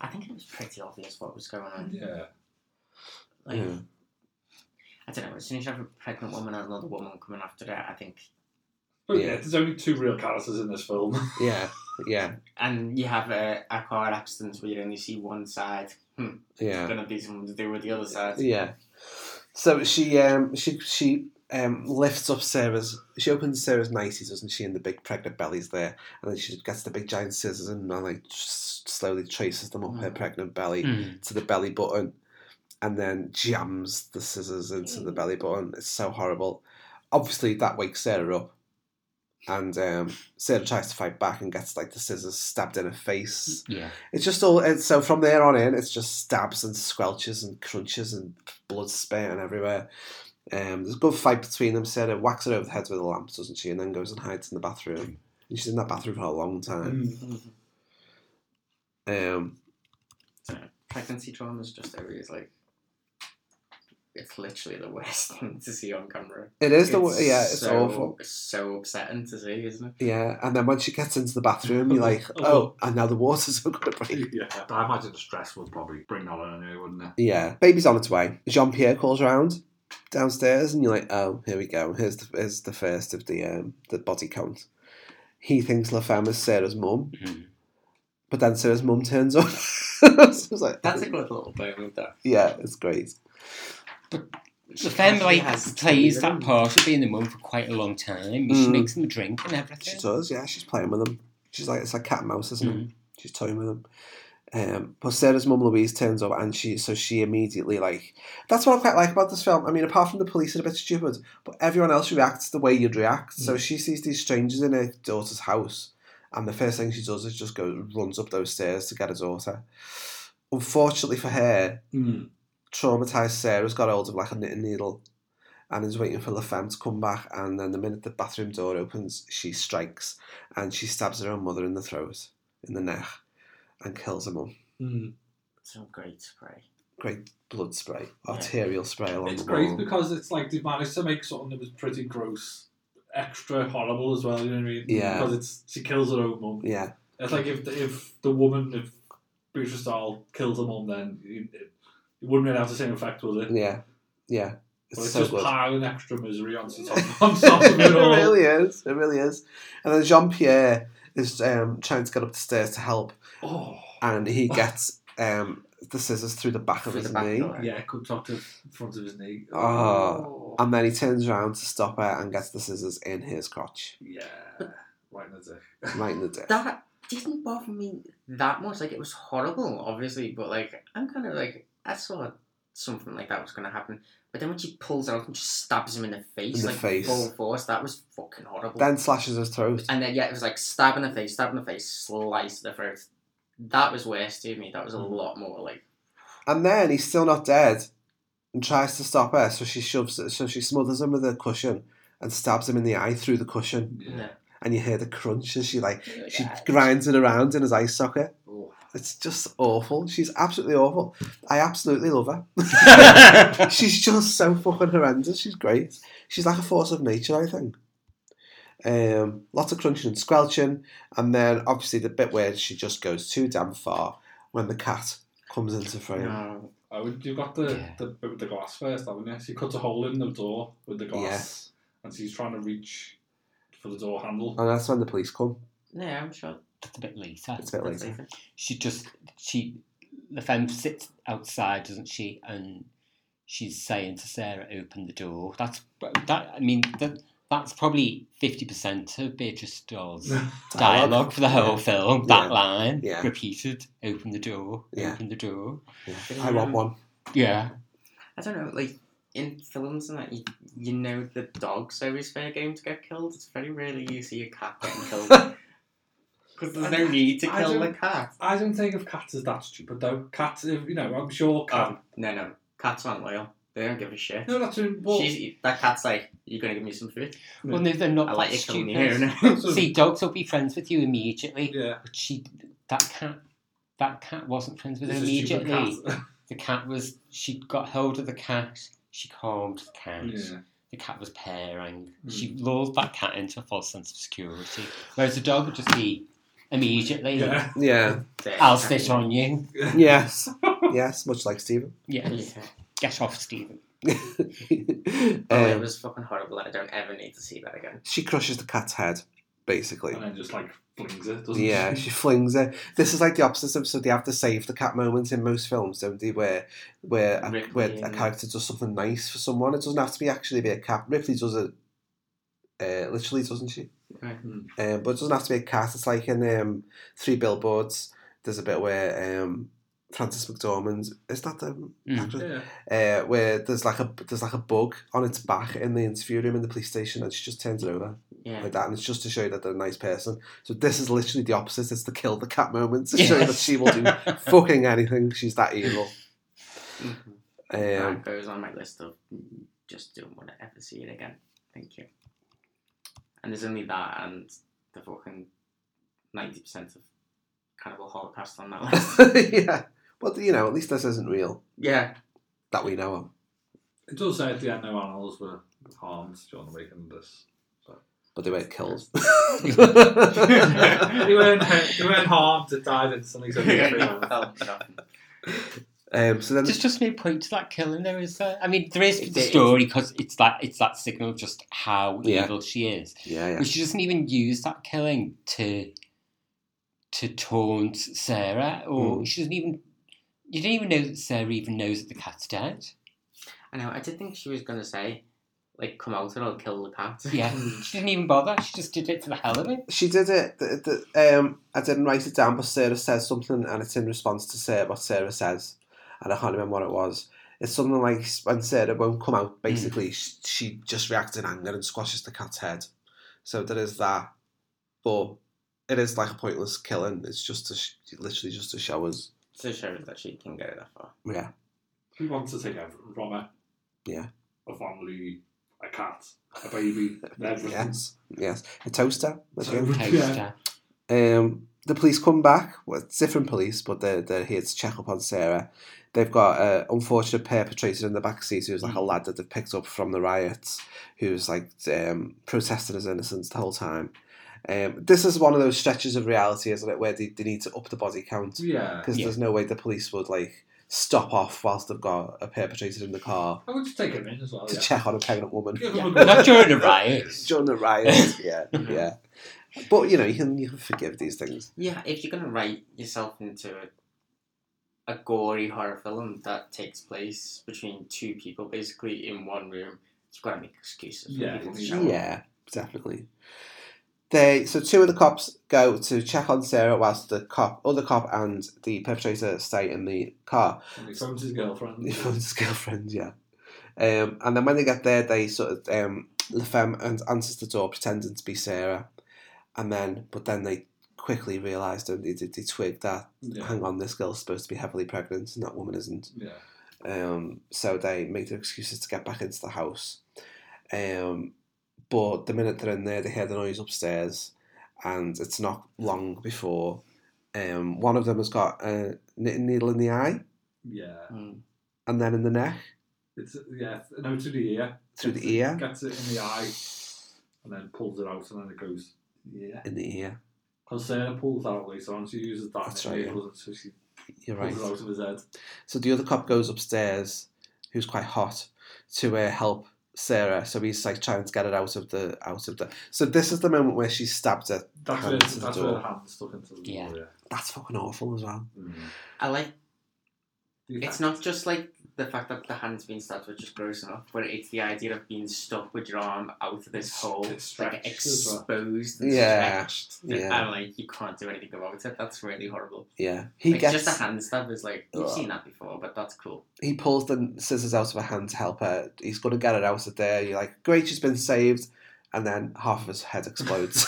I think it was pretty obvious what was going on. Yeah. Like, Yeah. I don't know. As soon as you have a pregnant woman and another woman coming after that, I think, But yeah. Yeah. there's only two real characters in this [LAUGHS] film. Yeah. Yeah. and you have a, a car accident where you only see one side. Hmm. Yeah. It's gonna be something to do with the other side. Yeah. So she um she she um lifts up Sarah's she opens Sarah's nighties, doesn't she, and the big pregnant belly's there, and then she gets the big giant scissors and uh, like s- slowly traces them up her pregnant belly Mm. to the belly button, and then jams the scissors into the belly button. It's so horrible. Obviously, that wakes Sarah up. and um, Sarah tries to fight back and gets like the scissors stabbed in her face. Yeah. It's just all. It's, so from there on in, it's just stabs and squelches and crunches and blood spitting everywhere. Um, there's a good fight between them. Sarah whacks her over the head with a lamp, doesn't she? And then goes and hides in the bathroom. And she's in that bathroom for a long time. Um, Pregnancy trauma is just always like it's literally the worst [LAUGHS] thing to see on camera. It is the wor- yeah, it's so, awful. It's so upsetting to see, isn't it? yeah, and then when she gets into the bathroom, you're like, [LAUGHS] oh, and now the waters are going to break. Yeah, I imagine the stress would probably bring that on anyway, wouldn't it? Yeah, baby's on its way. Jean Pierre calls round downstairs, and you're like, "Oh, here we go. Here's the here's the first of the um, the body count." He thinks La Femme is Sarah's mum, Mm-hmm. but then Sarah's mum turns up. [LAUGHS] so it's like, That's a good little moment there. yeah, it's great. The femme like plays that part of being the mum for quite a long time. She Mm. makes them a drink and everything. She does, yeah. She's playing with them. She's like it's like cat and mouse, isn't it? She's toying with them. Um, but Sarah's mum Louise turns up, and she so she immediately like that's what I quite like about this film. I mean, apart from the police are a bit stupid, but everyone else reacts the way you'd react. So she sees these strangers in her daughter's house, and the first thing she does is just goes runs up those stairs to get her daughter. Unfortunately for her, Mm. traumatized Sarah's got hold of like a knitting needle and is waiting for La Femme to come back. And then the minute the bathroom door opens, she strikes and she stabs her own mother in the throat, in the neck, and kills her mum. Mm. So great spray. Great blood spray, arterial spray along It's the great wall. because it's like they've managed to make something that was pretty gross extra horrible as well, you know what I mean? Yeah. Because it's she kills her own mum. Yeah. It's like if the, if the woman, if Beatrice Dahl killed her mum, then you, it, it wouldn't really have the same effect, would it? Yeah, yeah. It's But it's so [LAUGHS] just good. piling extra misery [LAUGHS] onto top, on top [LAUGHS] of it all. It really is. It really is. And then Jean Pierre is um, trying to get up the stairs to help, Oh. and [LAUGHS] he gets um, the scissors through the back of Through his the back knee. door. Yeah, it comes up to the front of his knee. Ah, Oh. And then he turns around to stop her and gets the scissors in his crotch, Yeah. Right in the dick. [LAUGHS] right in the dick. That didn't bother me that much. Like it was horrible, obviously, but like I'm kind of like I saw something like that was going to happen. But then when she pulls out and just stabs him in the face, In the like face. full force, that was fucking horrible. Then slashes his throat. and then yeah, it was like stab in the face, stab in the face, slice the throat. That was worse to me. That was a Mm. lot more like And then he's still not dead and tries to stop her, so she shoves so she smothers him with a cushion and stabs him in the eye through the cushion. yeah. And you hear the crunch as she like she grinds it around in his eye socket. It's just awful. She's absolutely awful. I absolutely love her. she's just so fucking horrendous. She's great. She's like a force of nature, I think. Um, lots of crunching and squelching, and then obviously the bit where she just goes too damn far when the cat comes into frame. Oh, you've got the, the bit with the glass first, haven't you? She cuts a hole in the door with the glass, and she's trying to reach for the door handle. And that's when the police come. No, I'm sure. That's a bit later. It's a bit later. She just she the femme sits outside, doesn't she? And she's saying to Sarah, "Open the door." That's that. I mean that. That's probably fifty percent of Beatrice [LAUGHS] Dahl's dialogue for the whole film. That line Yeah. repeated: "Open the door, Yeah. open the door." I want one. Yeah, I don't know, like in films and that, you, you know the dog's always fair game to get killed. It's very rarely you see a cat getting killed. Because there's no need to I kill the don't- cat. I don't think of cats as that stupid though. Cats, if- you know, I'm sure cat. Um, no, no, cats aren't loyal. They don't give a shit. no, that's true. Well, [LAUGHS] She's, that cat's like, you're going to give me some food? Well, no, they're not I'll that let you kill me stupid. here now. See, dogs will be friends with you immediately. [LAUGHS] Yeah. But she, that cat, that cat wasn't friends with It's her a stupid immediately. cat. [LAUGHS] the cat was. She got hold of the cat. She calmed the cat. Yeah. The cat was purring. Mm. She lulled that cat into a false sense of security. Whereas the dog would just be immediately. Yeah. Yeah. [LAUGHS] I'll sit on you. Yes. yes, much like Stephen. Yeah. Get off, Stephen. Oh, it Um, was fucking horrible. I don't ever need to see that again. she crushes the cat's head, basically. and then just like flings it, doesn't [LAUGHS] Yeah, she? she [LAUGHS] flings it. This is like the opposite of so they have to save the cat moments in most films, don't they? Where where a, Ripley where a and- character does something nice for someone. It doesn't have to be actually be a cat. Ripley does it uh, literally, doesn't she? Mm. Um, but it doesn't have to be a cat. It's like in um, Three Billboards. There's a bit where um, Francis McDormand. Is that the Mm. actress? Uh, where there's like a there's like a bug on its back in the interview room in the police station, and she just turns it over Yeah. like that, and it's just to show you that they're a nice person. So this is literally the opposite. It's the kill the cat moment to show that Yes. she will do [LAUGHS] fucking anything. She's that evil. Um, Mm. that goes on my list of mm, just don't want to ever see it again. Thank you. And there's only that and the fucking 90% of Cannibal Holocaust on that [LAUGHS] list. [LAUGHS] yeah, but you know, at least this isn't real yeah. that we know of. It does say at the end no animals were harmed during the weekend. This. But they weren't killed. [LAUGHS] [LAUGHS] they, weren't, they weren't harmed. They died instantly. So they [LAUGHS] Um, so then There's just no point to that killing, though, is there? I mean, there is for the It is. story because it's that it's that signal of just how Yeah. evil she is. Yeah, yeah. But she doesn't even use that killing to to taunt Sarah, or Hmm. Mm. she doesn't even. You don't even know that Sarah even knows that the cat's dead. I know, I did think she was going to say, like, come out and I'll kill the cat. Yeah, she didn't even bother. She just did it for the hell of it. She did it. The, the, um, I didn't write it down, but Sarah says something, and it's in response to Sarah, what Sarah says, and I can't remember what it was. It's something like when Sarah won't come out. Basically, she, she just reacts in anger and squashes the cat's head. So there is that, but it is like a pointless killing. It's just to sh- literally just to show us. [LAUGHS] So it shows that she can go that far. Yeah, Who wants to take over from her? yeah, A family, a cat, [LAUGHS] a baby, everything. yes, yes. A toaster. let's go. Toaster. Um, the police come back. Well, it's different police, but they're, they're here to check up on Sarah. They've got an unfortunate perpetrator in the backseat who's like a lad that they've picked up from the riots who's like um, protesting his innocence the whole time. Um, this is one of those stretches of reality, isn't it, where they, they need to up the body count. Yeah. Because Yeah. there's no way the police would like stop off whilst they've got a perpetrator in the car I would just take him in as well. to Oh, yeah. check on a pregnant woman. Give him a Yeah. Not during the [LAUGHS] riots. during the riots, [LAUGHS] yeah, yeah. But you know, you can you can forgive these things. Yeah, if you're gonna write yourself into a, a gory horror film that takes place between two people basically in one room, you've got to make excuses. for Yeah, people to you show up. Yeah, definitely. They so two of the cops go to check on Sarah whilst the cop, other cop, and the perpetrator stay in the car. [LAUGHS] And he phones his girlfriend. He phones his girlfriend, yeah. Um, and then when they get there, they sort of um, Lefemme and answers the door, pretending to be Sarah, and then but then they quickly realise that they, they, they twig that Yeah. hang on, this girl's supposed to be heavily pregnant, and that woman isn't. Yeah. Um, so they make their excuses to get back into the house. Um, but the minute they're in there, they hear the noise upstairs, and it's not long before um, one of them has got a knitting needle in the eye Yeah. and then in the neck It's yeah, no to the ear. Through the Gets it- ear? Gets it in the eye and then pulls it out and then it goes Yeah. in the ear. Because Sarah pulls out later on, she uses that That's and right, it yeah. doesn't, so she You're pulls right. it out of his head. So the other cop goes upstairs, who's quite hot, to uh, help Sarah. So he's like trying to get it out of the out of the. So this is the moment where she stabs it. That's where, hand to the that's where the door. hand stuck into the Yeah. door, yeah. Mm. That's fucking awful as well. I like. Do you It's not just like the fact that the hand's been stabbed, which is gross enough, but it's the idea of being stuck with your arm out of this hole, like stretched as well. exposed and Yeah, stretched. yeah. And like you can't do anything about it. That's really horrible. Yeah. He like, gets- just a hand stab is like you've Ugh. seen that before, but that's [LAUGHS] cool. He pulls the scissors out of her hand to help her. He's gonna get it out of there. You're like, great, she's been saved, and then half of his head [LAUGHS] explodes.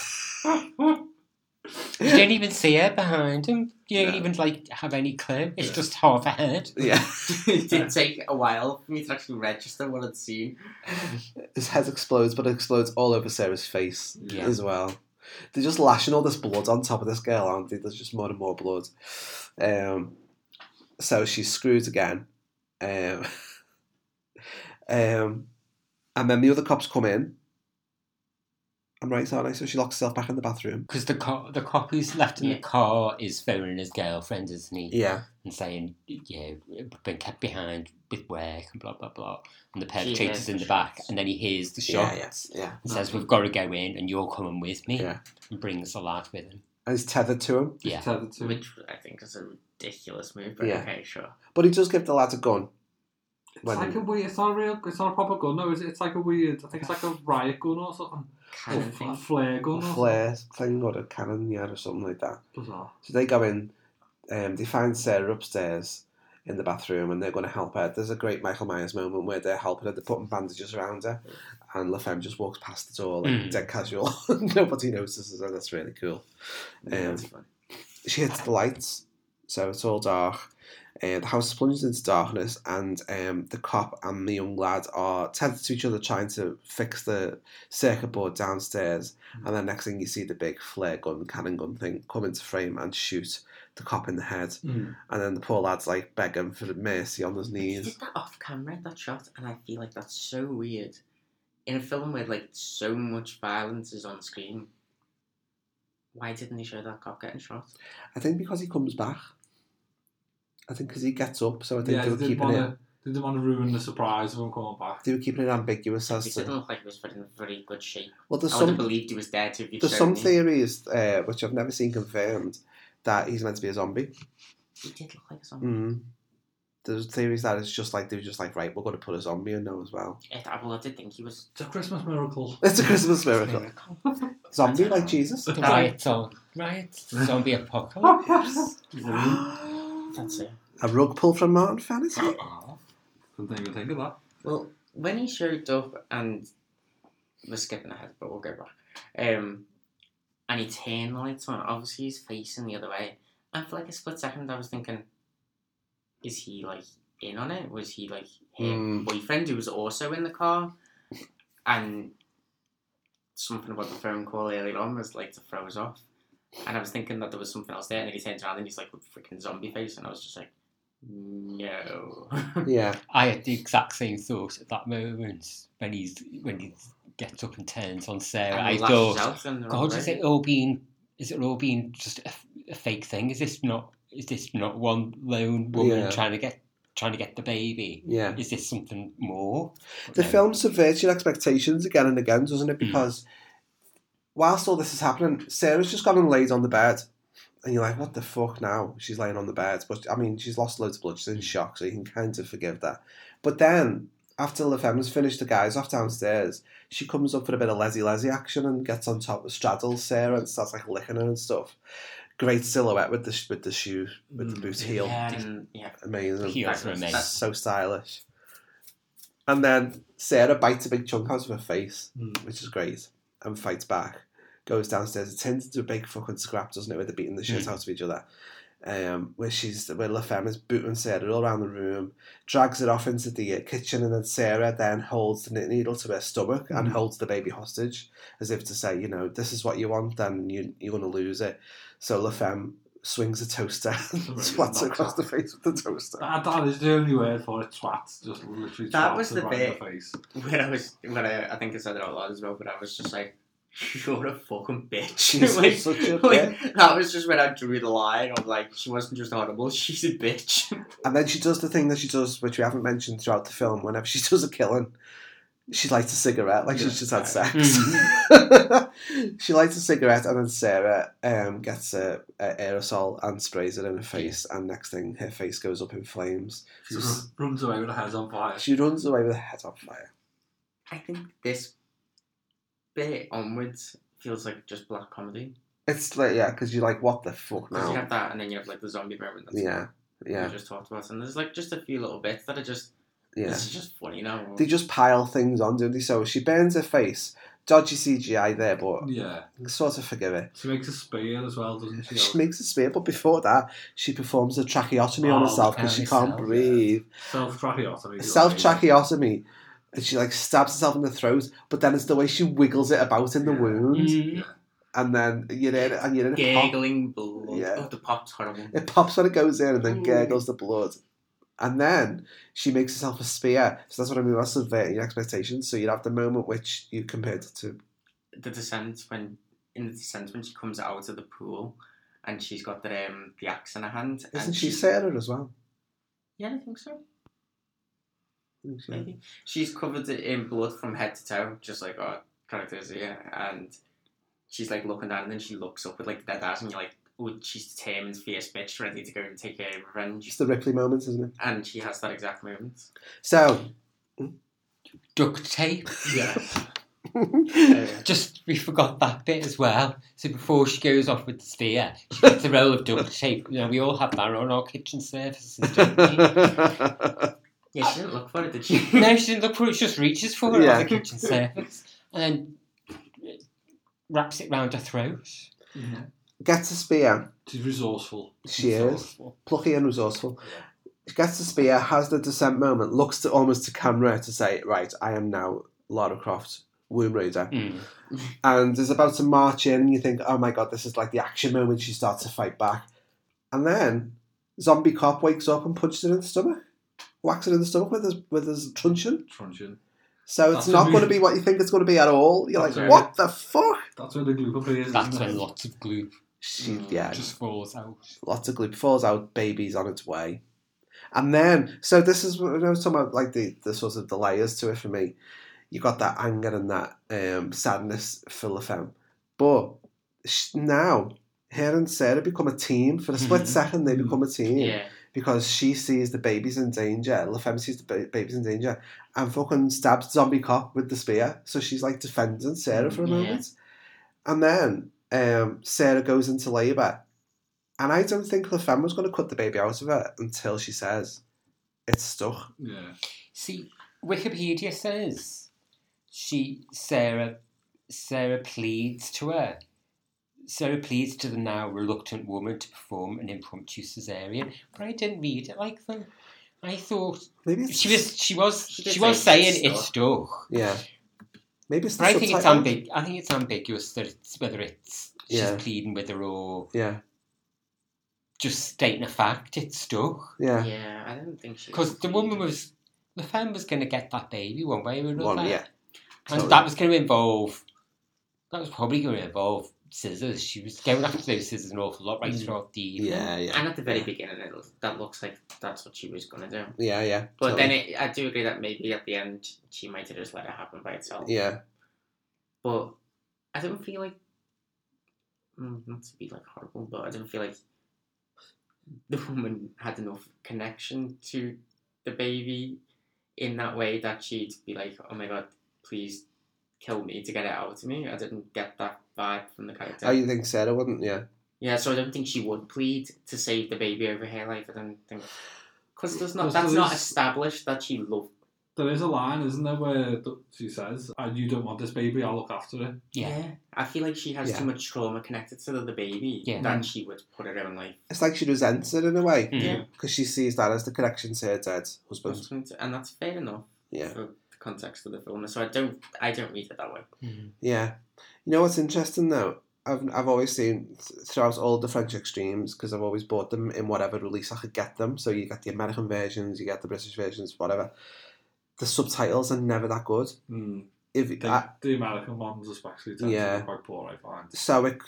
You don't even see her behind him. You don't No. even like have any clue. It's just half a head. yeah, [LAUGHS] it did take a while for me to actually register what I'd seen. his head explodes, but it explodes all over Sarah's face Yeah. as well. They're just lashing all this blood on top of this girl, aren't they? There's just more and more blood. Um, so she's screwed again. Um, [LAUGHS] um, and then the other cops come in. I'm right, aren't I? So she locks herself back in the bathroom. Because the cop, the cop who's left in the car is phoning his girlfriend, isn't he? Yeah. And saying, yeah, we've been kept behind with work and blah, blah, blah. And the hears perpetrator's in the the back. And then he hears the Yeah, shots. yeah, yeah. And says, we've got to go in and you're coming with me. Yeah. And brings the lad with him. And he's tethered to him. Yeah. Which I think is a ridiculous move, but Yeah. okay, sure. But he does give the lad a gun. It's When- like a weird, it's not a real, it's not a proper gun, no, is it? It's like a weird, I think it's like a riot gun or something. Kind Oh, Or of a thing. flare gun or a flare thing or a cannon, yeah, or something like that. something. Bizarre. So they go in, um, they find Sarah upstairs in the bathroom and they're going to help her. There's a great Michael Myers moment where they're helping her, they're putting bandages around her, and LaFemme just walks past it all, like Mm. dead casual. [LAUGHS] Nobody notices her. That's really cool. Um, She hits the lights, so it's all dark. Uh, the house plunges into darkness, and um, the cop and the young lad are tethered to each other, trying to fix the circuit board downstairs. And then next thing you see, the big flare gun, cannon gun thing come into frame and shoot the cop in the head. Hmm. Mm. And then the poor lad's like begging for mercy on his They knees. [LAUGHS] did that off camera, that shot, and I feel like that's so weird. In a film where like so much violence is on screen, why didn't they show that cop getting shot? I think because he comes back. I think because he gets up, so I think Yeah, they they were didn't keeping want it. to. They didn't want to ruin the surprise of him coming back. They were keeping it ambiguous He as to. didn't look like he was in very good shape. Well, there's I would have some- believed he was dead if you There's showed some me. theories uh, which I've never seen confirmed that he's meant to be a zombie. He did look like a zombie. Mm. There's theories that it's just like they were just like right, we're going to put a zombie in now as well. [LAUGHS] It, I, well, I did think he was. It's a Christmas miracle. It's a Christmas miracle. [LAUGHS] Zombie like Jesus. The riot song. Riot. Zombie [LAUGHS] apocalypse. That's it. A rug pull from Martin Fantasy. Didn't even think of that. Well, when he showed up and we're skipping ahead, but we'll go back. Um, and he turned the lights on. Obviously, he's facing the other way. And for like a split second, I was thinking, is he like in on it? Was he like her Mm. boyfriend who was also in the car? And something about the phone call earlier on was like to throw us off. And I was thinking that there was something else there, and then he turns around and he's like freaking zombie face, and I was just like, no. [LAUGHS] Yeah. I had the exact same thought at that moment when he's when he gets up and turns on Sarah. And I he lashes thought, out and they're God, all is ready." it all being? Is it all being just a, a fake thing? Is this not? Is this not one lone woman Yeah. trying to get trying to get the baby? Yeah. Is this something more? The No. film subverts your expectations again and again, doesn't Hmm. it? Because whilst all this is happening, Sarah's just gone and laid on the bed. And you're like, what the fuck now? She's laying on the bed. But I mean, she's lost loads of blood. She's in shock, so you can kind of forgive that. But then, after LaFemme's finished the guys off downstairs, she comes up for a bit of Leslie Leslie action and gets on top of straddles Sarah and starts like licking her and stuff. Great silhouette with the sh- with the shoe with the boot heel. Mm, Yeah, and- yeah. [LAUGHS] Amazing. Heels are amazing. So stylish. And then Sarah bites a big chunk out of her face, Hmm. which is great, and fights back. Goes downstairs. It turns into a big fucking scrap, doesn't it? Where they're beating the shit Mm. out of each other. Um, where she's where LaFemme is booting Sarah all around the room, drags it off into the uh, kitchen, and then Sarah then holds the knitting needle to her stomach and Mm. holds the baby hostage, as if to say, you know, this is what you want, then you you're gonna lose it. So LaFemme swings a toaster [LAUGHS] and swats her across the face with the toaster. That, that is the only word for it. Twat. Just literally. That twat was her the right in bit face. when I was when I, I think I said it out loud as well, but I was just like, [LAUGHS] "You're a fucking bitch." [LAUGHS] She's like, such a like, that was just when I drew the line of like, she wasn't just horrible; [LAUGHS] she's a bitch. And then she does the thing that she does, which we haven't mentioned throughout the film. Whenever she [LAUGHS] does a killing, she lights a cigarette, like she's just had sex. [LAUGHS] she lights a cigarette, and then Sarah um, gets a, a aerosol and sprays it in her face. And next thing, her face goes up in flames. She So s- ru- runs away with her head on fire. she runs away with her head on fire. I think this bit onwards feels like just black comedy. It's like yeah, because you're like, what the fuck 'Cause you now? have that, and then you have like the zombie moment. That's Yeah, we yeah. just talked about, and there's like just a few little bits that are just. Yeah. This is just funny now. They just pile things on, don't they? So she burns her face. Dodgy CGI there, but Yeah. sort of forgive it. She makes a spear as well, doesn't she? She makes a spear, but before that, she performs a tracheotomy on Oh, herself because she can't herself, yeah. breathe. Self tracheotomy. Self tracheotomy, and she like stabs herself in the throat. But then it's the way she wiggles it about in the wound, Mm. and then you're in and you're in a pop. Giggling blood. Yeah. Oh, the pop's horrible. It pops when it goes in, and then gurgles the blood. And then she makes herself a spear. So that's what I mean. That's subverting your expectations. So you'd have the moment which you compared it to. the descent when in the descent when she comes out of the pool and she's got the um, the axe in her hand. Isn't and she Sarah as well? Yeah, I think so. Maybe. She's covered it in blood from head to toe, just like oh, our characters here, and she's like looking down and then she looks up with like dead eyes and you're like, oh, she's determined, fierce bitch, ready to go and take her revenge. It's the Ripley moment, isn't it? And she has that exact moment. So duct tape. [LAUGHS] Yeah. Just we forgot that bit as well. So before she goes off with the spear, she gets a roll of duct tape. You know, we all have that on our kitchen surfaces, [LAUGHS] don't [LAUGHS] we? Oh. Yeah, she didn't look for it, [LAUGHS] did she? no, she didn't look for it. She just reaches for it Yeah. on the kitchen surface and then wraps it round her throat. Hmm. Gets a spear. She's resourceful. She is plucky and resourceful. She gets the spear, has the descent moment, looks to almost to camera to say, "Right, I am now Lara Croft, Womb Raider," Hmm, and is about to march in. And you think, "Oh my god, this is like the action moment." She starts to fight back, and then zombie cop wakes up and punches her in the stomach, whacks her in the stomach with his with his truncheon. Truncheon. So it's That's not a going to move. be what you think it's going to be at all. You're That's like, a- "What the fuck?" That's where the glue puppy is. That's isn't when it? lots of glue She, Hmm. yeah, just falls out. lots of glue falls out, baby's on its way. And then, so this is what I was talking about, like the, the sort of the layers to it for me. You got that anger and that um, sadness for La Femme. But sh- now, her and Sarah become a team. For a split Mhm. second, they become a team. Yeah. Because she sees the babies in danger. La Femme sees the ba- babies in danger and fucking stabs zombie cop with the spear. So she's like defending Sarah for a Mhm. Yeah. moment. And then um, Sarah goes into labour, and I don't think the femme was going to cut the baby out of her until she says it's stuck. Yeah. See, Wikipedia says she Sarah Sarah pleads to her. Sarah pleads to the now reluctant woman to perform an impromptu cesarean, but I didn't read it like that. I thought Maybe she was she was she, did was say it's saying it's stuck. Yeah. Maybe it's the But I think it's subtitle. ambig- I think it's ambiguous that it's whether it's Yeah. she's pleading with her or Yeah, just stating a fact. It's stuck yeah. Yeah, I didn't think she. because the woman was the femme was going to get that baby one way or another. One, yeah. And Totally. that was going to involve. That was probably going to involve scissors. She was going after those scissors an awful lot right Mm. throughout the evening. Yeah, yeah. And at the very yeah. beginning, it, looked- that looks like that's what she was gonna do. Yeah, yeah. But totally. then it, I do agree that maybe at the end she might have just let it happen by itself. Yeah. But I didn't feel like mm, not to be like horrible, but I didn't feel like the woman had enough connection to the baby in that way that she'd be like, "Oh my god, please kill me to get it out of me." I didn't get that vibe from the character. Oh, you think Sarah wouldn't? Yeah. Yeah, so I don't think she would plead to save the baby over her life. I don't think because there's not Because that's there not is- established that she loved. There is a line, isn't there, where th- she says, "And you don't want this baby, I'll look after it." Yeah. I feel like she has Yeah. too much trauma connected to the, the baby Yeah. that she would put her own life. It's like she resents it in a way Mm. Yeah. because she sees that as the connection to her dead husband. into, and that's fair enough Yeah. for the context of the film. So I don't I don't read it that way. Yeah. You know what's interesting though? I've, I've always seen th- throughout all the French extremes because I've always bought them in whatever release I could get them. So you get the American versions, you get the British versions, whatever. The subtitles are never that good. Mm. If The, Hmm. I, the American ones, especially, tend Yeah. to be quite poor. I find. so it,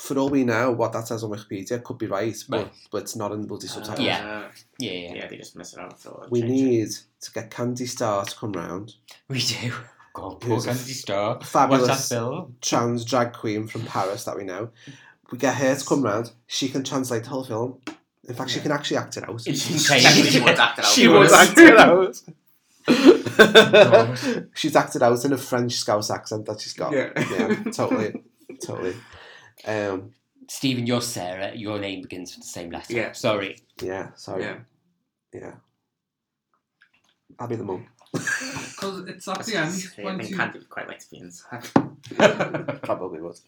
for all we know, what that says on Wikipedia could be right, but Right. but it's not in bloody subtitles. Yeah. Yeah, yeah. Uh, yeah, they just mess it up. So [LAUGHS] We need to get Candy Star to come round. We do. God, poor Who's a Candy Star. fabulous What's that [LAUGHS] film? trans drag queen from Paris that we know. We get her to come round. She can translate the whole film. In fact, she can actually act it It's out. Definitely insane. she would act it out. She She would [LAUGHS] would. [LAUGHS] act it out. she's acted out in a French Scouse accent that she's got. Yeah. totally, totally. Um, Stephen, you're Sarah. Your name begins with the same letter. Yeah. [LAUGHS] Sorry. yeah, sorry. Yeah. Yeah. I'll be the mum. Because it's at the That's- end I when think she, Candy would quite like to be [LAUGHS] inside. Probably would.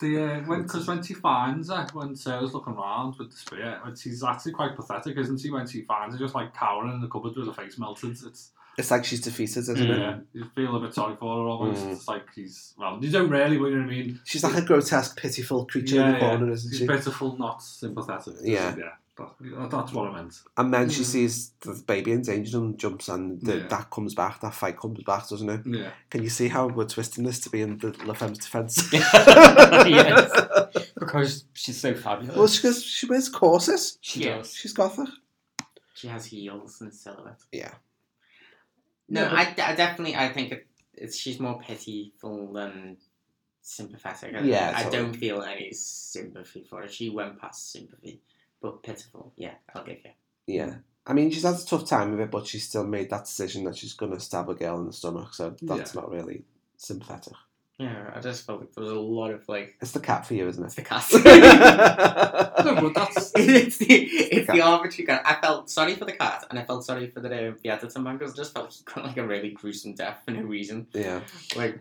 the uh, when because when she finds her, when Sarah's looking around with the spear, and she's actually quite pathetic, isn't she? When she finds her, just like cowering in the cupboard with her face melted. It's It's like she's defeated, isn't yeah, it? you feel a bit sorry for her almost. Mm. It's like she's well, you don't really, but you know what I mean. She's like a grotesque, pitiful creature in the corner, isn't she's she? pitiful, not sympathetic. Yeah. yeah. That, that's what I meant. And then she sees the baby in danger and jumps, and the, Yeah. that comes back. That fight comes back, doesn't it? Yeah. Can you see how we're twisting this to be in the La [LAUGHS] Femme's defence? [LAUGHS] yes. Because she's so fabulous. Well, she, goes- she wears corsets. She Yeah. does. She's gothic. She has heels and silhouette. Yeah. No, No, I, I definitely I think it, it's she's more pitiful than sympathetic. I, Yeah, I totally. don't feel any sympathy for her. She went past sympathy, but pitiful. Yeah, I'll give you. Yeah. I mean, she's had a tough time of it, but she's still made that decision that she's going to stab a girl in the stomach, so that's not really synthetic. Yeah, I just felt like there was a lot of like. It's the cat for you, isn't it? [LAUGHS] [LAUGHS] It's the cat. no, that's it's the it's the, arbitrary cat. I felt sorry for the cat, and I felt sorry for the uh, the editor man because I just felt he got like a really gruesome death for no reason. Yeah, like,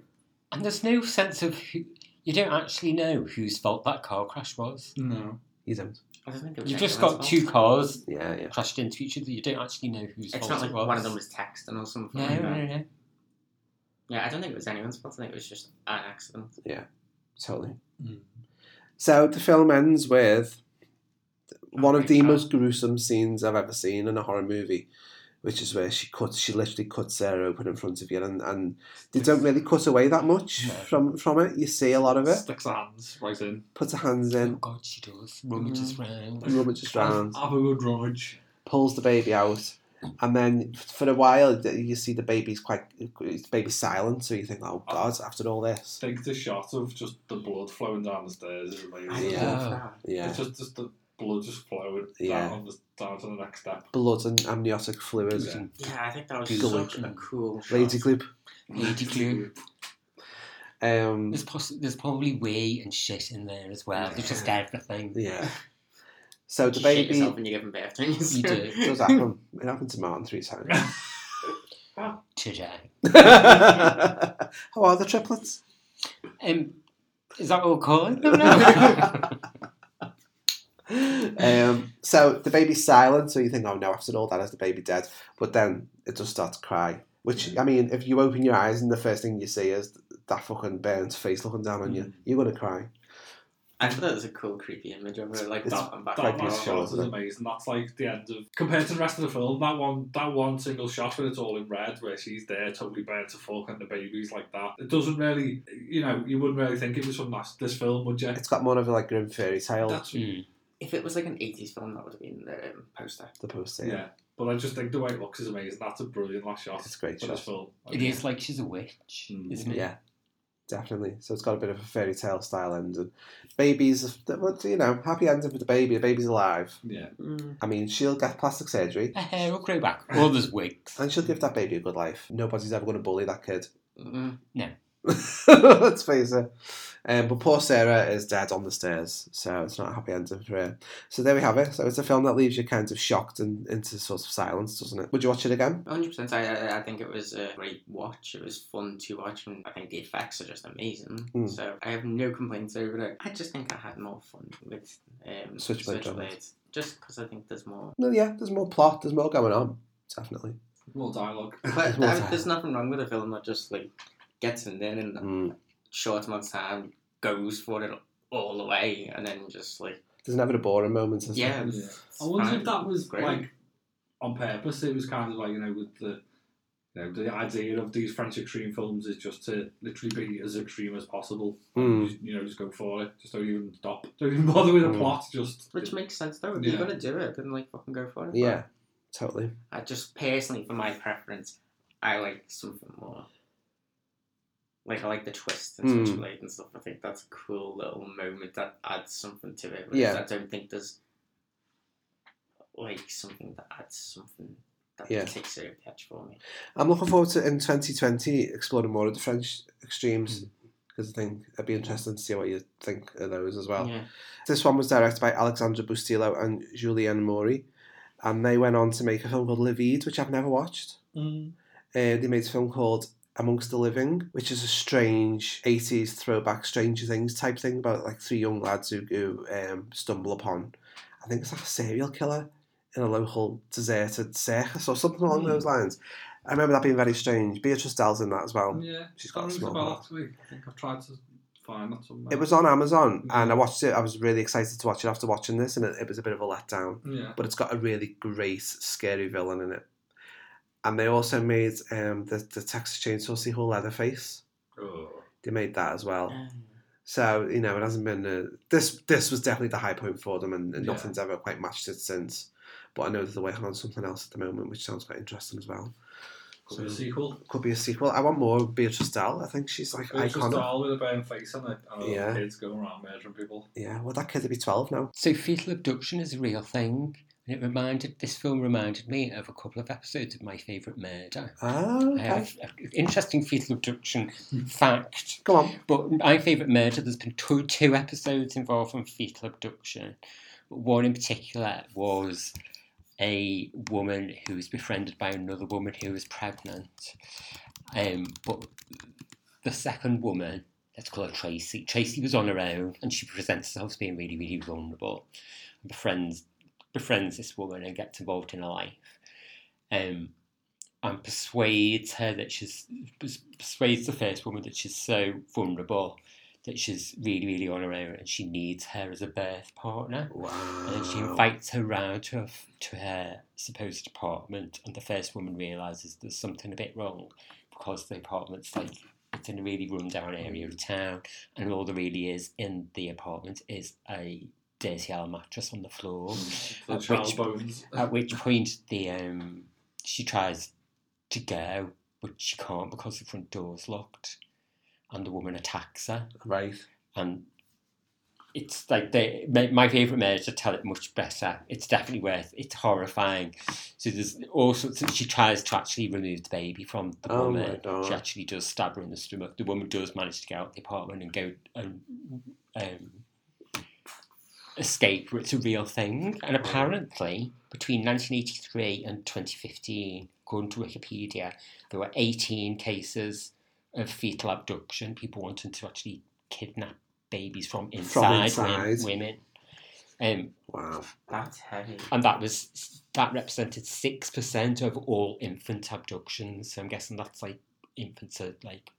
and there's no sense of who. You don't actually know whose fault that car crash was. No, you don't. I don't think it was You've anyone's just got fault. two cars Yeah, yeah. crashed into each other. You don't actually know whose It's fault not it like was. one of them was texting or something. No, like no, that. no, no. Yeah, I don't think it was anyone's fault. I think it was just an accident. Yeah, totally. So the film ends with one of the most gruesome scenes I've ever seen in a horror movie, which is where she cuts, she literally cuts her open in front of you, and, and they don't really cut away that much from from it. You see a lot of it. Sticks her hands right in. Puts her hands in, God, she does. Rummages round. rummages round, Have a good rummage. pulls the baby out, and then for a while you see the baby's quite, the baby's silent. So you think, oh God, after all this, Take the shot of just the blood flowing down the stairs. is amazing. I Yeah. love yeah. It's just, just the blood just flowing Yeah. down, on the, down to the next step. blood and amniotic fluid Yeah. and Yeah, I think that was Good. such a cool shot. lady glue. Lady glue. Um, There's, poss- there's probably wee and shit in there as well. There's just everything. yeah. So the You shit baby yourself when you're giving birth, don't you? You do. it does happen. It happened to Martin three times. [LAUGHS] [LAUGHS] Today. How are the triplets? Um, is that all calling them now? [LAUGHS] Um, so the baby's silent, so you think, oh no, after all that, is the baby dead? But then it just starts to cry. Which I mean, if you open your eyes and the first thing you see is that fucking burnt face looking down on Mm. you, you're gonna cry. I thought that was a cool, creepy image of her, like It's that and back. That Like one these shot shots, is isn't it? amazing. That's like the end of compared to the rest of the film. That one, that one single shot when it's all in red, where she's there totally bare to fuck and the baby's like that. It doesn't really, you know, you wouldn't really think it was from that, this film, would you? It's got more of a like grim fairy tale. [LAUGHS] That's Mm. If it was like an 80s film, that would have been the um, poster. the poster. [LAUGHS] yeah. But I just think the way it looks is amazing. That's a brilliant last shot It's a great for shot. this film. It is like she's a witch, Mm. isn't it? Yeah, definitely. So it's got a bit of a fairy tale style end, and baby's well, you know happy ending for the baby. The baby's alive. Yeah. I mean, she'll get plastic surgery, A hair will grow back. Or there's wigs. and she'll give that baby a good life. Nobody's ever going to bully that kid. [LAUGHS] Mm-hmm. Mm. Let's face it. Um, but poor Sarah is dead on the stairs, so it's not a happy ending for her. So there we have it. So it's a film that leaves you kind of shocked and into sort of silence, doesn't it? Would you watch it again? 100%. I, I- I think it was a great watch. It was fun to watch, and I think the effects are just amazing. Mm. So I have no complaints over it. I just think I had more fun with um, Switchblade Just because I think there's more. No, yeah. There's more plot. There's more going on. Definitely. More dialogue. But More I- time. there's nothing wrong with a film that just like gets in there in a Mm. short amount of time, goes for it all the way, and then just like, There's never a boring moment. is there? yeah. [LAUGHS] Yeah. it's I wonder if fine. that was Great. like on purpose. It was kind of like you know with the you know the idea of these French extreme films is just to literally be as extreme as possible. Mm. Just, you know, just go for it. Just don't even stop. [LAUGHS] Don't even bother with a Mm. plot. Just Which makes sense though. If Yeah. You're gonna do it, then like fucking go for it. Yeah. Totally. But I just personally, for my preference, I like something more. Like I like the twist and Hmm. Switchblade and stuff. I think that's a cool little moment that adds something to it. Whereas Yeah. I don't think there's like something that adds something that Yeah. takes it catch for me. I'm looking forward to in 2020 exploring more of the French extremes because I think it'd be interesting to see what you think of those as well. Yeah. This one was directed by Alexandra Bustillo and Julianne Mori, and they went on to make a film called Livid, which I've never watched. Mm. Uh, they made a film called Amongst the Living, which is a strange 80s throwback Stranger Things type thing about like three young lads who, who um, stumble upon, I think it's like a serial killer in a local deserted circus or something along Hmm. those lines. I remember that being very strange. Beatrice Dell's in that as well. yeah, Oh, she's got a that rings small bell heart. actually. I think I've tried to find that somewhere. It was on Amazon and I Mm. watched it. I was really excited to watch it after watching this and it, it was a bit of a letdown. yeah. But it's got a really great, scary villain in it. And they also made um, the, the Texas Chainsaw Sequel Leatherface. Oh. They made that as well. Um, So you know, it hasn't been a, this. This was definitely the high point for them, and, and Yeah. nothing's ever quite matched it since. But I know that they're working on something else at the moment, which sounds quite interesting as well. Could be a sequel. Could be a sequel. I want more Beatrice Dell. I think she's like It's just iconic. all with a burn face and the and the Yeah. kids going around murdering people. Yeah, well, that kid would be twelve now. So fetal abduction is a real thing. And it reminded this film reminded me of a couple of episodes of My Favorite Murder. Ah, okay. I have a- interesting fetal abduction fact. Go on. But My Favorite Murder, there's been two, two episodes involving fetal abduction. But one in particular was a woman who was befriended by another woman who was pregnant. Um, but the second woman, let's call her Tracy. Tracy was on her own, and she presents herself as being really, really vulnerable. And befriends befriends this woman and gets involved in her life, um, and persuades her that she's pers- persuades the first woman that she's so vulnerable that she's really, really on her own, and she needs her as a birth partner. And then she invites her round to her, f- to her supposed apartment, and the first woman realizes there's something a bit wrong because the apartment's like it's in a really rundown area of town, and all there really is in the apartment is a dirty old mattress on the floor. Hmm. The [LAUGHS] child bones. at which point the um, she tries to go, but she can't because the front door's locked, and the woman attacks her. Right. And it's like they my, my favorite murder to tell it much better. It's definitely worth. It's horrifying. So there's all sorts. Of, she tries to actually remove the baby from the Oh my woman. God. She actually does stab her in the stomach. The woman does manage to get out the apartment and go and um, escape. It's a real thing. And apparently, between 1983 and 2015, according to Wikipedia, there were 18 cases of fetal abduction. People wanting to actually kidnap babies from inside, wom- inside. women. Um, wow, that's heavy. And that was that represented six percent of all infant abductions. So I'm guessing that's like infants are like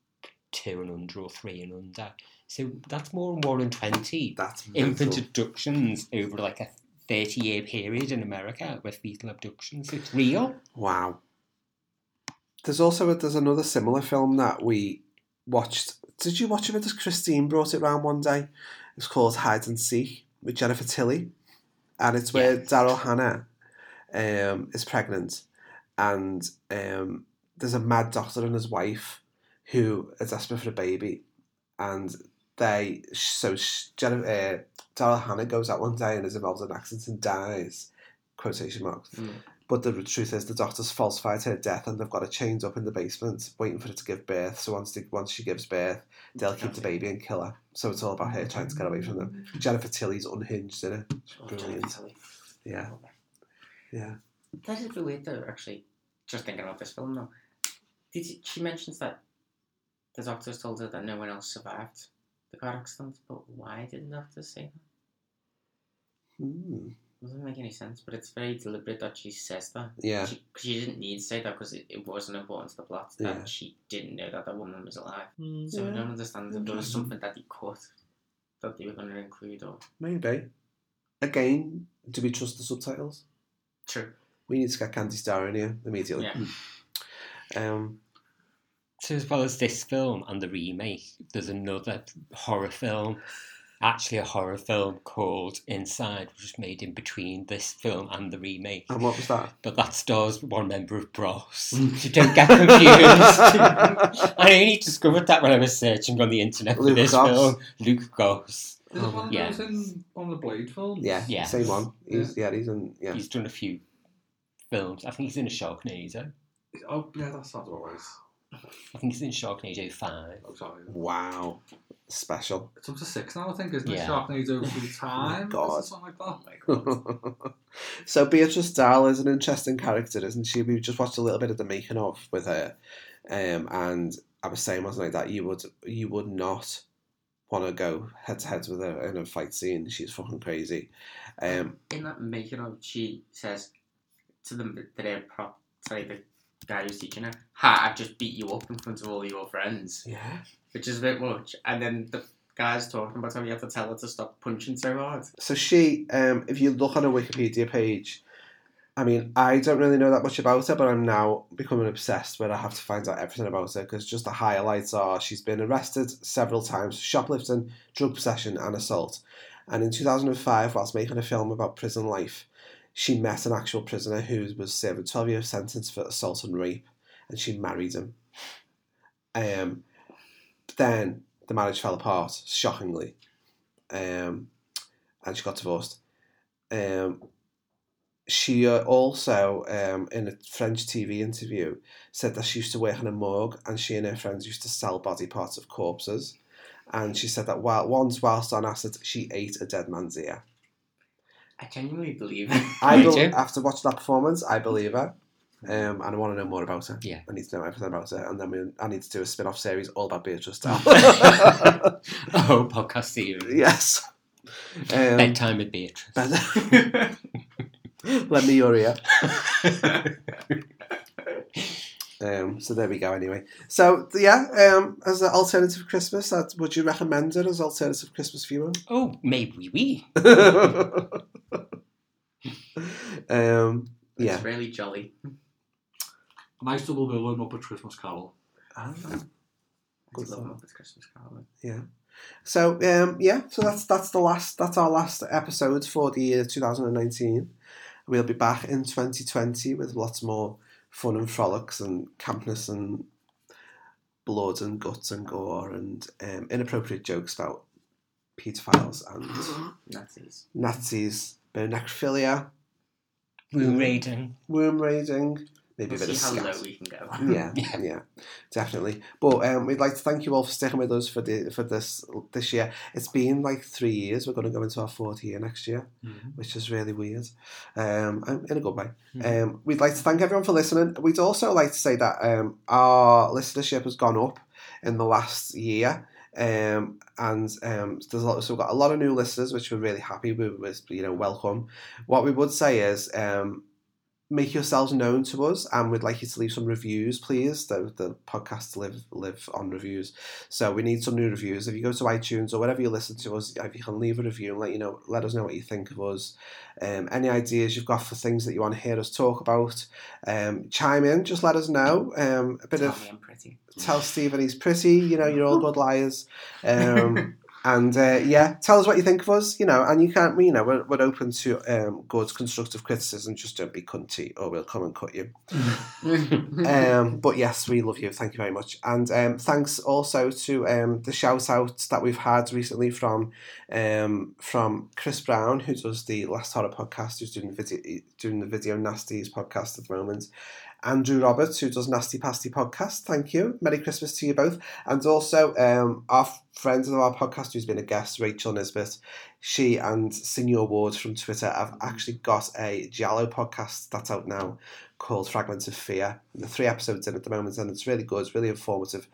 two and under or three and under. So that's more than one in twenty. That's infant mental. abductions over like a thirty year period in America with fetal abductions. It's real. Wow. There's also a, there's another similar film that we watched. Did you watch it with us? Christine brought it round one day. It's called Hide and Seek with Jennifer Tilly, and it's where Daryl Hannah um, is pregnant, and um, there's a mad doctor and his wife who are desperate for a baby, and they so sh- Jennifer uh, Daryl Hannah goes out one day and is involved in an accident and dies. Quotation marks. But the truth is, the doctors falsified her death, and they've got her chained up in the basement, waiting for her to give birth. So once, the, once she gives birth, they'll keep the baby and kill her. Hmm. So it's all about her trying Oh, to get away from them. Jennifer Tilly's unhinged in it. It's Brilliant. Yeah, yeah. That is weird though, actually. Just thinking about this film now. Did you, she mentions that the doctors told her that no one else survived the car accident, but why did the doctors say that? Hmm. doesn't make any sense, but it's very deliberate that she says that. Yeah. She, 'cause she didn't need to say that because it, it wasn't important to the plot that Yeah. she didn't know that that woman was alive. Mm, so I yeah. don't understand if there was Mhm. something that he caught that they were going to include or. Maybe. Again, do we trust the subtitles? True. We need to get Candy Star in here immediately. Yeah. Um, So as well as this film and the remake, there's another horror film, actually a horror film called Inside, which was made in between this film and the remake. And what was that? But that stars one member of Bros. so don't get [LAUGHS] confused. I only discovered that when I was searching on the internet for Luke this Goss. film. Luke Goss. Is it one yeah. that was in on the Blade film? yeah, Yeah. same one. He's, yeah. he's in. Yeah. He's done a few films. I think he's in a Sharknado. Oh, yeah, that sounds alright. I think he's in Sharknado 5. I'm sorry. Wow, special. [LAUGHS] It's up to six now, I think, isn't Yeah. it? Sharknado Free Time. Oh God. or Something like that. [LAUGHS] so Beatrice Dahl is an interesting character, isn't she? We just watched a little bit of the making of with her, um, and I was saying wasn't I that you would you would not want to go head to head with her in a fight scene. She's fucking crazy. Um, In that making of, she says to the the their prop, sorry, the guy who's teaching her, "Ha! I've just beat you up in front of all your friends." Yeah. Which is a bit much, and then the guy's talking about how you have to tell her to stop punching so hard. so she, um, if you look on her Wikipedia page, I mean, I don't really know that much about her, but I'm now becoming obsessed where I have to find out everything about her because just the highlights are she's been arrested several times for shoplifting, drug possession, and assault. And in 2005, whilst making a film about prison life, she met an actual prisoner who was serving 12 year sentence for assault and rape, and she married him. Um, then the marriage fell apart, shockingly, um, and she got divorced. Um, she uh, also, um, in a French TV interview, said that she used to work in a morgue and she and her friends used to sell body parts of corpses. And she said that while, once, whilst on acid, she ate a dead man's ear. I genuinely believe I bel- after watching that performance, I believe her. Um, and I want to know more about her. Yeah. I need to know everything about her. And then we, I need to do a spin off series all about Beatrice Stout. oh, podcast series. [LAUGHS] Yes. Um, Bedtime with Beatrice. [LAUGHS] [LAUGHS] Let me your ear. um, so there we go, anyway. So, yeah, um, as an alternative Christmas, that, would you recommend it as alternative Christmas viewing? Oh, maybe we. [LAUGHS] um, It's yeah. really jolly. Nice double bill and Muppet Christmas Carol. Ah, I Good love thought. Muppet Christmas [GASPS] Carol. Yeah. So um, yeah, so that's that's the last that's our last episode for the year 2019. We'll be back in 2020 with lots more fun and frolics and campness and blood and guts and gore and um, inappropriate jokes about pedophiles and Nazis. Nazis, bit of necrophilia, Room raiding. womb raiding, maybe We'll a bit see of how scat. low we can go. [LAUGHS] yeah, yeah, definitely. But um, we'd like to thank you all for sticking with us for the for this this year. It's been like three years. We're going to go into our fourth year next year, Mhm. which is really weird, um, and in a good way. Um, we'd like to thank everyone for listening. We'd also like to say that um, our listenership has gone up in the last year. Um, and um, there's a lot, so we've got a lot of new listeners, which we're really happy with. with you know, welcome. What we would say is, um, make yourselves known to us and we'd like you to leave some reviews please the, the podcast live live on reviews so we need some new reviews if you go to itunes or wherever you listen to us if you can leave a review and let you know let us know what you think of us um, any ideas you've got for things that you want to hear us talk about um, chime in just let us know um, a bit Tell of me I'm pretty. [LAUGHS] tell Stephen he's pretty. You know, you're all good liars. Um, and uh, yeah, tell us what you think of us. You know, and you can't. You know, we're, we're open to um, good constructive criticism. Just don't be cunty, or we'll come and cut you. um, but yes, we love you. Thank you very much. And um, thanks also to um, the shout outs that we've had recently from um, from Chris Brown, who does the Last Horror podcast, who's doing the video, doing the video Nasties podcast at the moment. Andrew Roberts, who does Nasty Pasty podcast. Thank you. Merry Christmas to you both. And also um, our f- friends of our podcast, who's been a guest, Rachel Nisbet. She and Senior Ward from Twitter have actually got a Giallo podcast that's out now called Fragments of Fear. The three episodes in at the moment, and it's really good. It's really informative.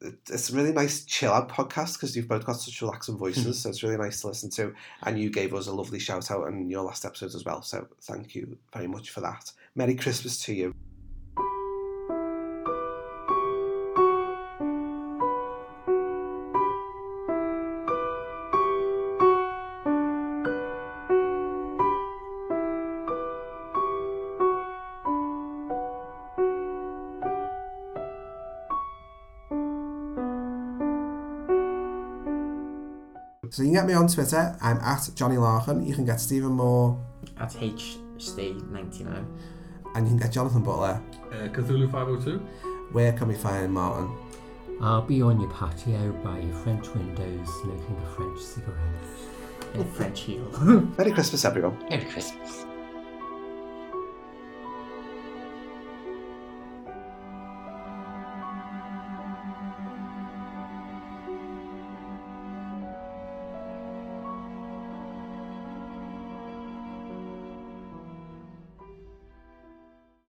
It- It's a really nice chill out podcast because you've both got such relaxing voices, so it's really nice to listen to. And you gave us a lovely shout out in your last episode as well, so thank you very much for that. Merry Christmas to you. So you can get me on Twitter. I'm at Johnny Larkin. You can get Stephen Moore, At HST99. and you can get Jonathan Butler. Uh, Cthulhu 502. Where can we find Martin? I'll be on your patio by your French windows smoking a French cigarette. French heel. [LAUGHS] Merry Christmas, everyone. Merry Christmas.